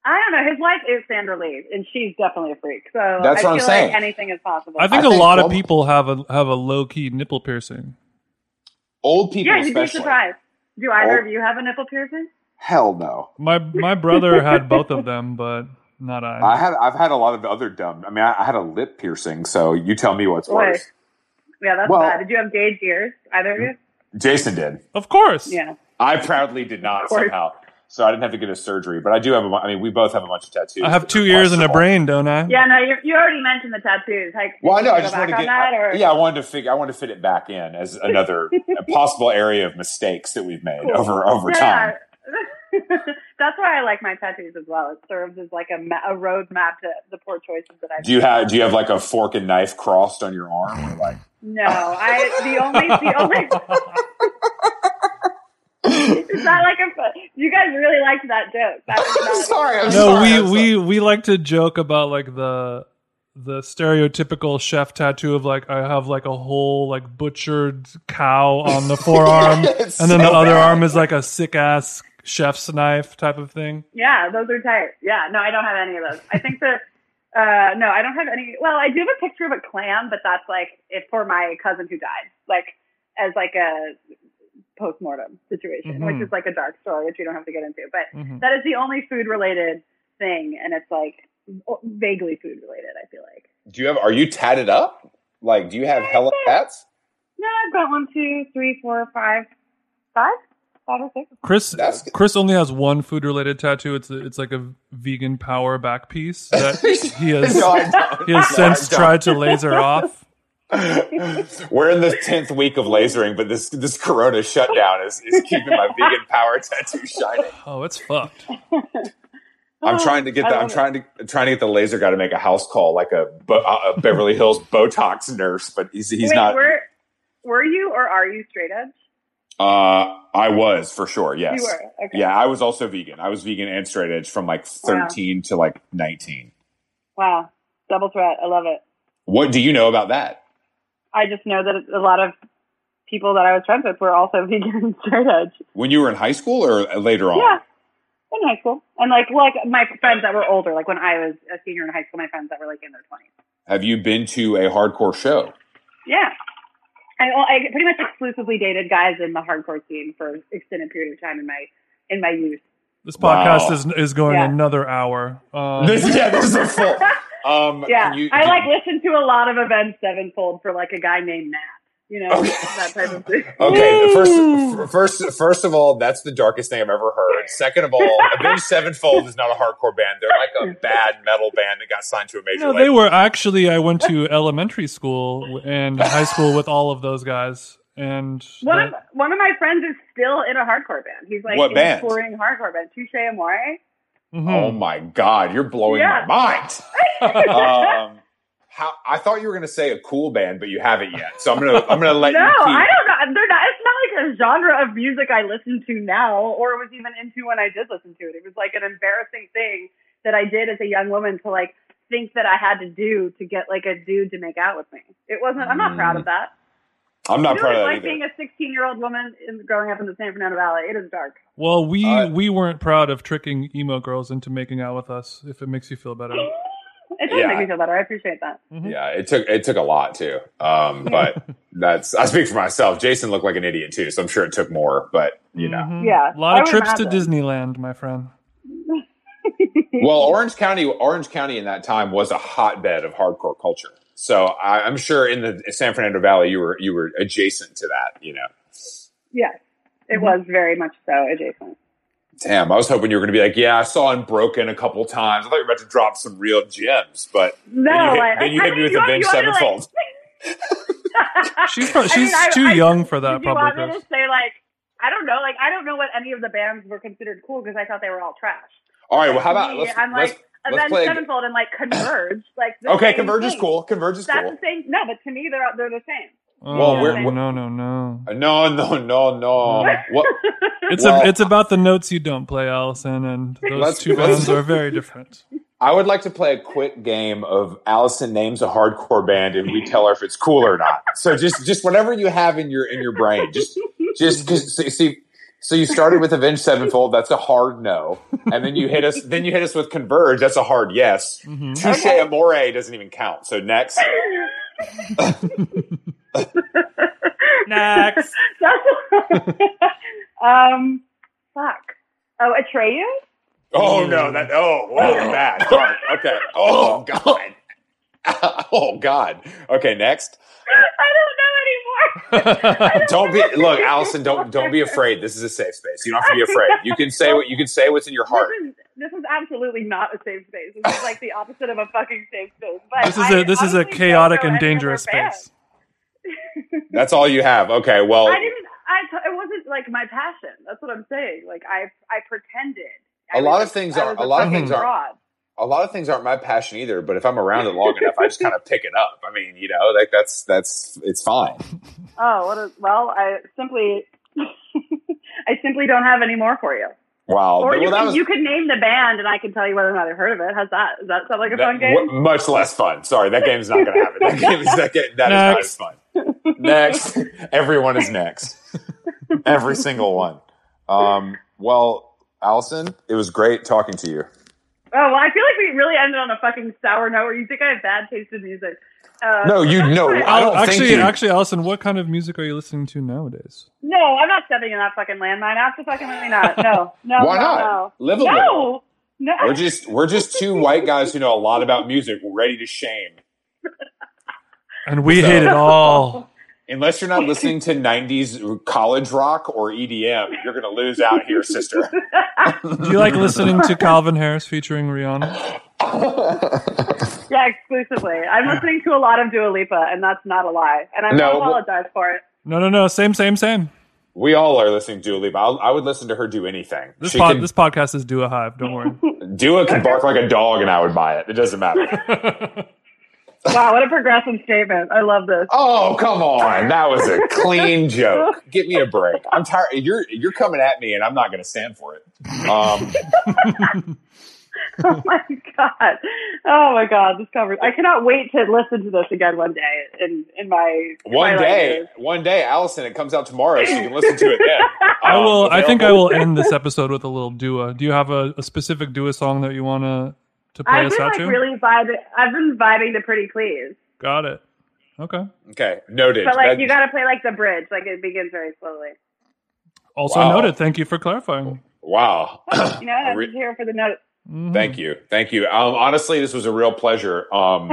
S4: I don't know. His wife is Sandra Lee, and she's definitely a freak. So
S3: That's
S4: I
S3: what I'm
S4: feel
S3: saying.
S4: Like anything is possible.
S2: I think a
S3: think
S2: lot of
S3: Cuomo-
S2: people have a have a low key nipple piercing.
S3: Old people,
S4: yeah, you'd be
S3: especially.
S4: surprised. Do either
S3: Oh.
S4: of you have a nipple piercing?
S3: Hell no.
S2: My my brother had both of them, but not
S3: I
S2: I.
S3: had I've had a lot of other dumb. I mean, I, I had a lip piercing. So you tell me what's worse.
S4: Yeah, that's
S3: Well-
S4: bad. Did you have gauge ears? Either of you?
S3: Jason did.
S2: Of course.
S4: Yeah.
S3: I proudly did not
S4: Of course.
S3: somehow. So I didn't have to get a surgery, but I do have. A, bu- I mean, we both have a bunch of tattoos.
S2: I have
S3: that are
S2: two ears and a
S3: questionable.
S2: brain, don't I?
S4: Yeah, no, you, you already mentioned the tattoos. Like,
S3: Well, I know. I
S4: you
S3: just
S4: go
S3: wanted to
S4: back
S3: get.
S4: on that, or-
S3: I- yeah, I wanted to figure. I wanted to fit it back in as another possible area of mistakes that we've made
S4: Cool.
S3: over over
S4: Yeah,
S3: time.
S4: yeah. That's why I like my tattoos as well. It serves as like a, ma- a roadmap to the poor choices that I
S3: Do you have Do you have like a fork and knife crossed on your arm, or like?
S4: No, I the only the only Is that like a? You guys really liked that joke. That was not-
S3: Sorry, I'm
S2: no,
S3: sorry,
S2: we
S3: I'm sorry.
S2: we we like to joke about like the the stereotypical chef tattoo of like I have like a whole like butchered cow on the forearm,
S3: It's
S2: and then
S3: so
S2: the other
S3: bad.
S2: arm is like a sick ass chef's knife type of thing.
S4: Yeah, those are tight. Yeah, no, I don't have any of those. I think that. Uh, no, I don't have any. Well, I do have a picture of a clam, but that's like it for my cousin who died, like as like a postmortem situation,
S2: Mhm.
S4: which is like a dark story, which we don't have to get into. But
S2: Mhm.
S4: that is the only food related thing, and it's like vaguely food related. I feel like.
S3: Do you have? Are you tatted up? Like, do you have hella tats?
S4: No, I've got one, two, three, four, five, five, five or six.
S2: Chris
S3: That's-
S2: Chris only has one food related tattoo. It's a, it's like a vegan power back piece that he has
S3: No, I don't.
S2: he has
S3: No, I
S2: since
S3: don't.
S2: tried to laser off.
S3: We're in the tenth week of lasering, but this this Corona shutdown is, is keeping my vegan power tattoo shining.
S2: Oh, it's fucked.
S3: I'm trying to get
S4: Oh, I
S3: the
S4: love
S3: I'm
S4: it.
S3: trying to trying to get the laser guy to make a house call, like a, Bo- uh, a Beverly Hills Botox nurse, but he's he's
S4: Wait,
S3: not.
S4: Were, were you or are you straight edge?
S3: Uh, I was for sure. Yes.
S4: You were. Okay.
S3: Yeah, I was also vegan. I was vegan and straight edge from like 13 to like 19.
S4: Wow. Double threat. I love it.
S3: What do you know about that?
S4: I just know that a lot of people that I was friends with were also vegan and straight edge.
S3: When you were in high school or later on?
S4: Yeah. In high school. And like like my friends that were older, like when I was a senior in high school, my friends that were like in their twenties.
S3: Have you been to a hardcore show?
S4: Yeah. I, I pretty much exclusively dated guys in the hardcore scene for an extended period of time in my in my youth.
S2: This podcast
S3: Wow.
S2: is is going
S4: Yeah.
S2: another hour. Um,
S3: This, yeah, this is a full. Um,
S4: Yeah,
S3: can you-
S4: I
S3: can-
S4: like listened to a lot of events sevenfold for like a guy named Nat. You know
S3: Okay.
S4: that type of thing.
S3: Okay, first, first, first of all, that's the darkest thing I've ever heard. Second of all, Avenged Sevenfold is not a hardcore band. They're like a bad metal band that got signed to a major.
S2: No, they
S3: label.
S2: were actually. I went to elementary school and high school with all of those guys, and
S4: One
S2: that-
S4: of one of my friends is still in a hardcore band. He's like
S3: What
S4: in
S3: band?
S4: touring hardcore band, Touche Amore.
S2: Mhm.
S3: Oh my god, you're blowing
S4: Yeah.
S3: my mind. um, how I thought you were going to say a cool band, but you haven't yet. So I'm gonna I'm gonna let
S4: no,
S3: you keep.
S4: I don't know. They're not. It's not like a genre of music I listen to now, or was even into when I did listen to it. It was like an embarrassing thing that I did as a young woman to like think that I had to do to get like a dude to make out with me. It wasn't. I'm not proud of that.
S3: Mm. I'm not
S4: You know
S3: proud
S4: what it's
S3: of
S4: like
S3: that
S4: being
S3: either.
S4: a 16 year old woman in, growing up in the San Fernando Valley. It is dark.
S2: well, we
S3: Uh,
S2: we weren't proud of tricking emo girls into making out with us. If it makes you feel better,
S4: It does
S3: Mm. Yeah.
S4: make me feel better. I appreciate that.
S3: Yeah, it took it took a lot too. Um, but that's I speak for myself. Jason looked like an idiot too, so I'm sure it took more. But you know,
S2: Mhm.
S4: Yeah,
S2: A lot
S4: I
S2: of
S4: would
S2: trips to
S4: imagine.
S2: Disneyland, my friend.
S3: well, Orange County, Orange County in that time was a hotbed of hardcore culture. So I, I'm sure in the San Fernando Valley, you were you were adjacent to that. You know,
S4: Yes,
S3: Mm-hmm.
S4: it was very much so adjacent.
S3: damn, I was hoping you were going to be like, yeah, I saw Unbroken a couple times. I thought you were about to drop some real gems, but
S4: No,
S3: then you hit,
S4: I,
S3: then you
S4: I
S3: hit
S4: mean,
S3: me with
S4: you want-
S3: Avenged
S4: you want me to, like-
S3: Sevenfold.
S2: She's pro-
S4: I mean,
S2: she's
S4: I-
S2: too
S4: I-
S2: young for that,
S4: Did you want
S2: probably.
S4: me to
S2: Chris.
S4: say like I don't know, like I don't know what any of the bands were considered cool because I thought they were all trash.
S3: All right, well, how about
S4: Me,
S3: let's,
S4: I'm
S3: let's-
S4: like
S3: let's
S4: Avenged
S3: play a-
S4: Sevenfold and like Converge, like the
S3: okay,
S4: same
S3: Converge is
S4: thing.
S3: cool. Converge is
S4: That's
S3: cool.
S4: the same. No, but to me they're they're the same.
S3: Well,
S2: Oh,
S4: we're- we're-
S2: no, no, no.
S3: No, no, no, no. what?
S2: It's
S3: Well-
S2: a, it's about the notes you don't play, Allison, and those
S3: Let's-
S2: two
S3: let's-
S2: bands are very different.
S3: I would like to play a quick game of Allison names a hardcore band and we tell her if it's cool or not. So just just whatever you have in your in your brain, just just 'cause- so- see. So you started with Avenged Sevenfold, that's a hard no, and then you hit us. Then you hit us with Converge, that's a hard yes.
S2: Mhm.
S3: Touche Amore doesn't even count. So next,
S5: Next.
S4: That's um, fuck. Oh, Atreyu.
S3: oh no, that oh whoa, bad hard. Okay, oh god, oh god. Okay, next.
S4: I don't know anymore.
S3: don't be look allison don't don't be afraid this is a safe space you don't have to be afraid you can say what you can say what's in your heart
S4: This is, this is absolutely not a safe space. This is like the opposite of a fucking safe space. But
S2: This is
S4: I
S2: a this is
S4: honestly
S2: a
S4: don't
S2: chaotic
S4: know
S2: and
S4: any other
S2: dangerous
S4: band.
S2: space.
S3: that's all you have okay well
S4: I didn't. I t- it wasn't like my passion. That's what I'm saying. Like I I pretended. I
S3: A
S4: was
S3: lot of things
S4: I
S3: are-
S4: was
S3: a lot of
S4: fucking
S3: things are-
S4: fraud.
S3: a lot of things aren't my passion either but if i'm around it long enough i just kind of pick it up i mean you know like that's that's it's fine
S4: Oh, what a, well, I simply. I simply don't have any more for you.
S3: wow
S4: Or
S3: well,
S4: you,
S3: that
S4: can,
S3: was
S4: you can name the band, and I can tell you whether or not I've heard of it. How's that? Does that sound like a
S3: that-
S4: fun game?
S3: w- much less fun sorry that game's not gonna happen that game is that, game, that is
S2: Next.
S3: not as fun next everyone is next every single one um well allison it was great talking to you
S4: Oh well, I feel like we really ended on a fucking sour note. Where you think I have bad taste in music? Uh,
S3: No, you know. I don't
S2: actually,
S3: think you.
S2: actually, Allison, what kind of music are you listening to nowadays?
S4: No, I'm not stepping in that fucking landmine. Absolutely not. No, no.
S3: Why
S4: no,
S3: not?
S4: No.
S3: Live a
S4: no. No.
S3: we're just we're just two white guys who know a lot about music, ready to shame.
S2: And we hate it all.
S3: Unless you're not listening to '90s college rock or EDM, you're gonna lose out here, sister.
S2: Do you like listening to Calvin Harris featuring Rihanna?
S4: Yeah, exclusively. I'm listening to a lot of Dua Lipa, and that's not a lie. And I
S3: No, but-
S4: apologize for it.
S2: No, no, no. Same, same, same.
S3: we all are listening to Dua Lipa. I'll, I would listen to her do anything.
S2: This
S3: she
S2: pod,
S3: can,
S2: this podcast is Dua Hive. Don't worry.
S3: Dua can bark like a dog, and I would buy it. It doesn't matter.
S4: Wow, what a progressive statement. I love this.
S3: oh come on, that was a clean joke. Give me a break. I'm tired. You're you're coming at me, and I'm not gonna stand for it. Um,
S4: Oh my god. Oh my god. This cover. I cannot wait to listen to this again one day in in my
S3: One
S4: twilight
S3: day,
S4: years.
S3: one day, Allison, it comes out tomorrow, so you can listen to it then.
S2: I
S3: Um,
S2: will. I think I
S3: available-
S2: will end this episode with a little Dua. Do you have a, a specific Dua song that you want to to play
S4: I've
S2: us
S4: been
S2: out
S4: like
S2: to?
S4: really vibing. I've been vibing to Pretty Please,
S2: Got it. Okay.
S3: Okay, noted.
S4: but like
S3: That-
S4: you got to play like the bridge. Like it begins very slowly.
S2: Also
S3: Wow.
S2: noted. Thank you for clarifying.
S3: wow.
S4: You know, I'm
S3: Re-
S4: just here for the notes.
S2: Mhm.
S3: Thank you, thank you. Um, honestly, this was a real pleasure, um,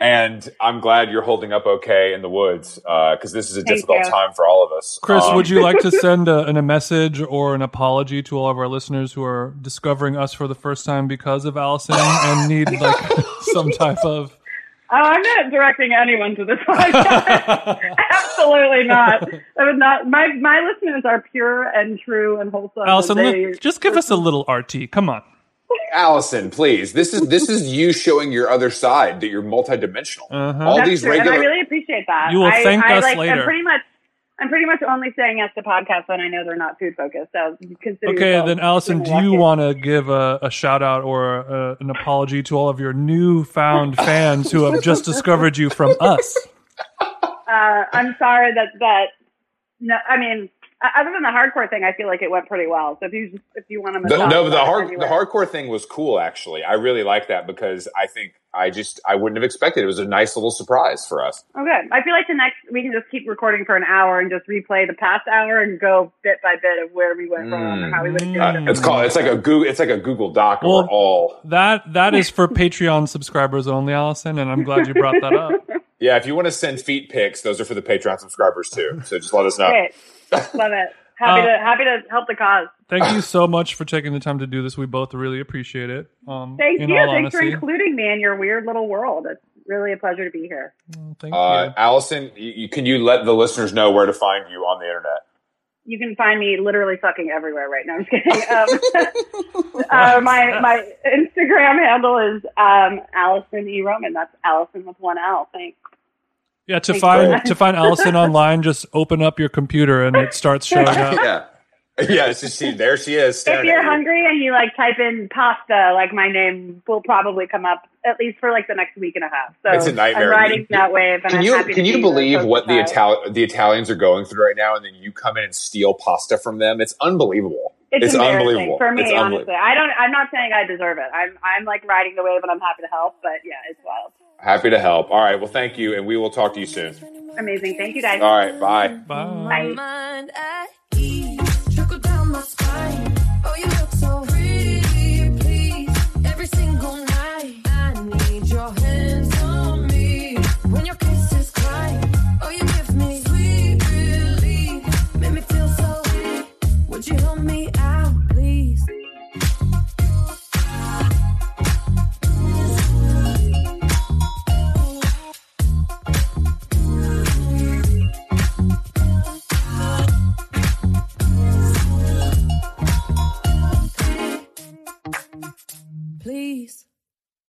S3: and I'm glad you're holding up okay in the woods because this is a
S4: Thank
S3: difficult
S4: you.
S3: time for all of us.
S2: Chris,
S3: Um,
S2: would you like to send a, an- a message or an apology to all of our listeners who are discovering us for the first time because of Allison and need like some type of?
S4: Oh, I'm not directing anyone to this podcast. Absolutely not. I would not. My my listeners are pure and true and wholesome. and
S2: Allison,
S4: they-
S2: li- just give us a little RT. Come on.
S3: Allison, please? This is this is you showing your other side that you're multidimensional.
S2: Uh-huh.
S3: All
S4: that's
S3: these
S4: true,
S3: regular.
S4: and I really appreciate that.
S2: You will
S4: I,
S2: thank
S4: I,
S2: us
S4: like,
S2: later.
S4: I'm pretty much. I'm pretty much only saying yes to podcasts when I know they're not food focused. So consider.
S2: Okay,
S4: yourself
S2: then Allison, do
S4: extremely
S2: you
S4: lucky.
S2: want to give a, a shout out or a, an apology to all of your newfound fans who have just discovered you from us?
S4: Uh, I'm sorry that that. No, I mean o- other than the hardcore thing, I feel like it went pretty well. So if you just if you want to,
S3: The, no, but the hard the hardcore thing was cool. Actually, I really like that because I think I just I wouldn't have expected. It It was a nice little surprise for us.
S4: Oh, good. I feel like the next we can just keep recording for an hour and just replay the past hour and go bit by bit of where we went wrong and how we would have
S3: Uh,
S2: Mm.
S4: done it.
S3: it's called it's like a Google it's like a Google Doc
S2: Hmm. Well-
S3: or all.
S2: That that is for Patreon subscribers only, Allison, and I'm glad you brought that up.
S3: Yeah, if you want to send feet pics, those are for the Patreon subscribers too. So just let us know.
S4: Great. Love it. Happy
S2: Uh,
S4: to happy to help the cause.
S2: Thank you so much for taking the time to do this. We both really appreciate it. Um,
S4: Thank
S2: in
S4: you.
S2: all
S4: Thanks for
S2: honesty.
S4: including me in your weird little world. It's really a pleasure to be here.
S2: Well, Mm, Thank
S3: Uh, Allison, you, you, can you let the listeners know where to find you on the internet?
S4: You can find me literally fucking everywhere right now. I'm just kidding. Um, uh, my my Instagram handle is um, Allison E Roman. That's Allison with one L. Thanks.
S2: you. Yeah, to
S4: thank
S2: find
S3: you.
S2: to find Allison online, just open up your computer and it starts showing up.
S3: yeah, yeah. It's just, she, there she is.
S4: If
S3: Staring
S4: you're
S3: at you.
S4: hungry and you like type in pasta, like my name will probably come up at least for like the next week and a half. So
S3: It's a nightmare.
S4: I'm riding that wave. And
S3: Can
S4: I'm
S3: you
S4: happy to
S3: can
S4: be
S3: you
S4: the
S3: believe
S4: poster
S3: what the
S4: child.
S3: Itali- the Italians are going through right now, and then you come in and steal pasta from them? It's unbelievable.
S4: It's,
S3: It's
S4: embarrassing
S3: unbelievable.
S4: for me,
S3: It's
S4: honestly.
S3: unbelievable.
S4: I don't. I'm not saying I deserve it. I'm. I'm like riding the wave, and I'm happy to help. But yeah, it's wild.
S3: Happy to help. All right. Well, thank you, and we will talk to you soon.
S4: Amazing. Thank you guys.
S3: All right. Bye.
S2: Bye.
S4: Bye.
S5: mind. I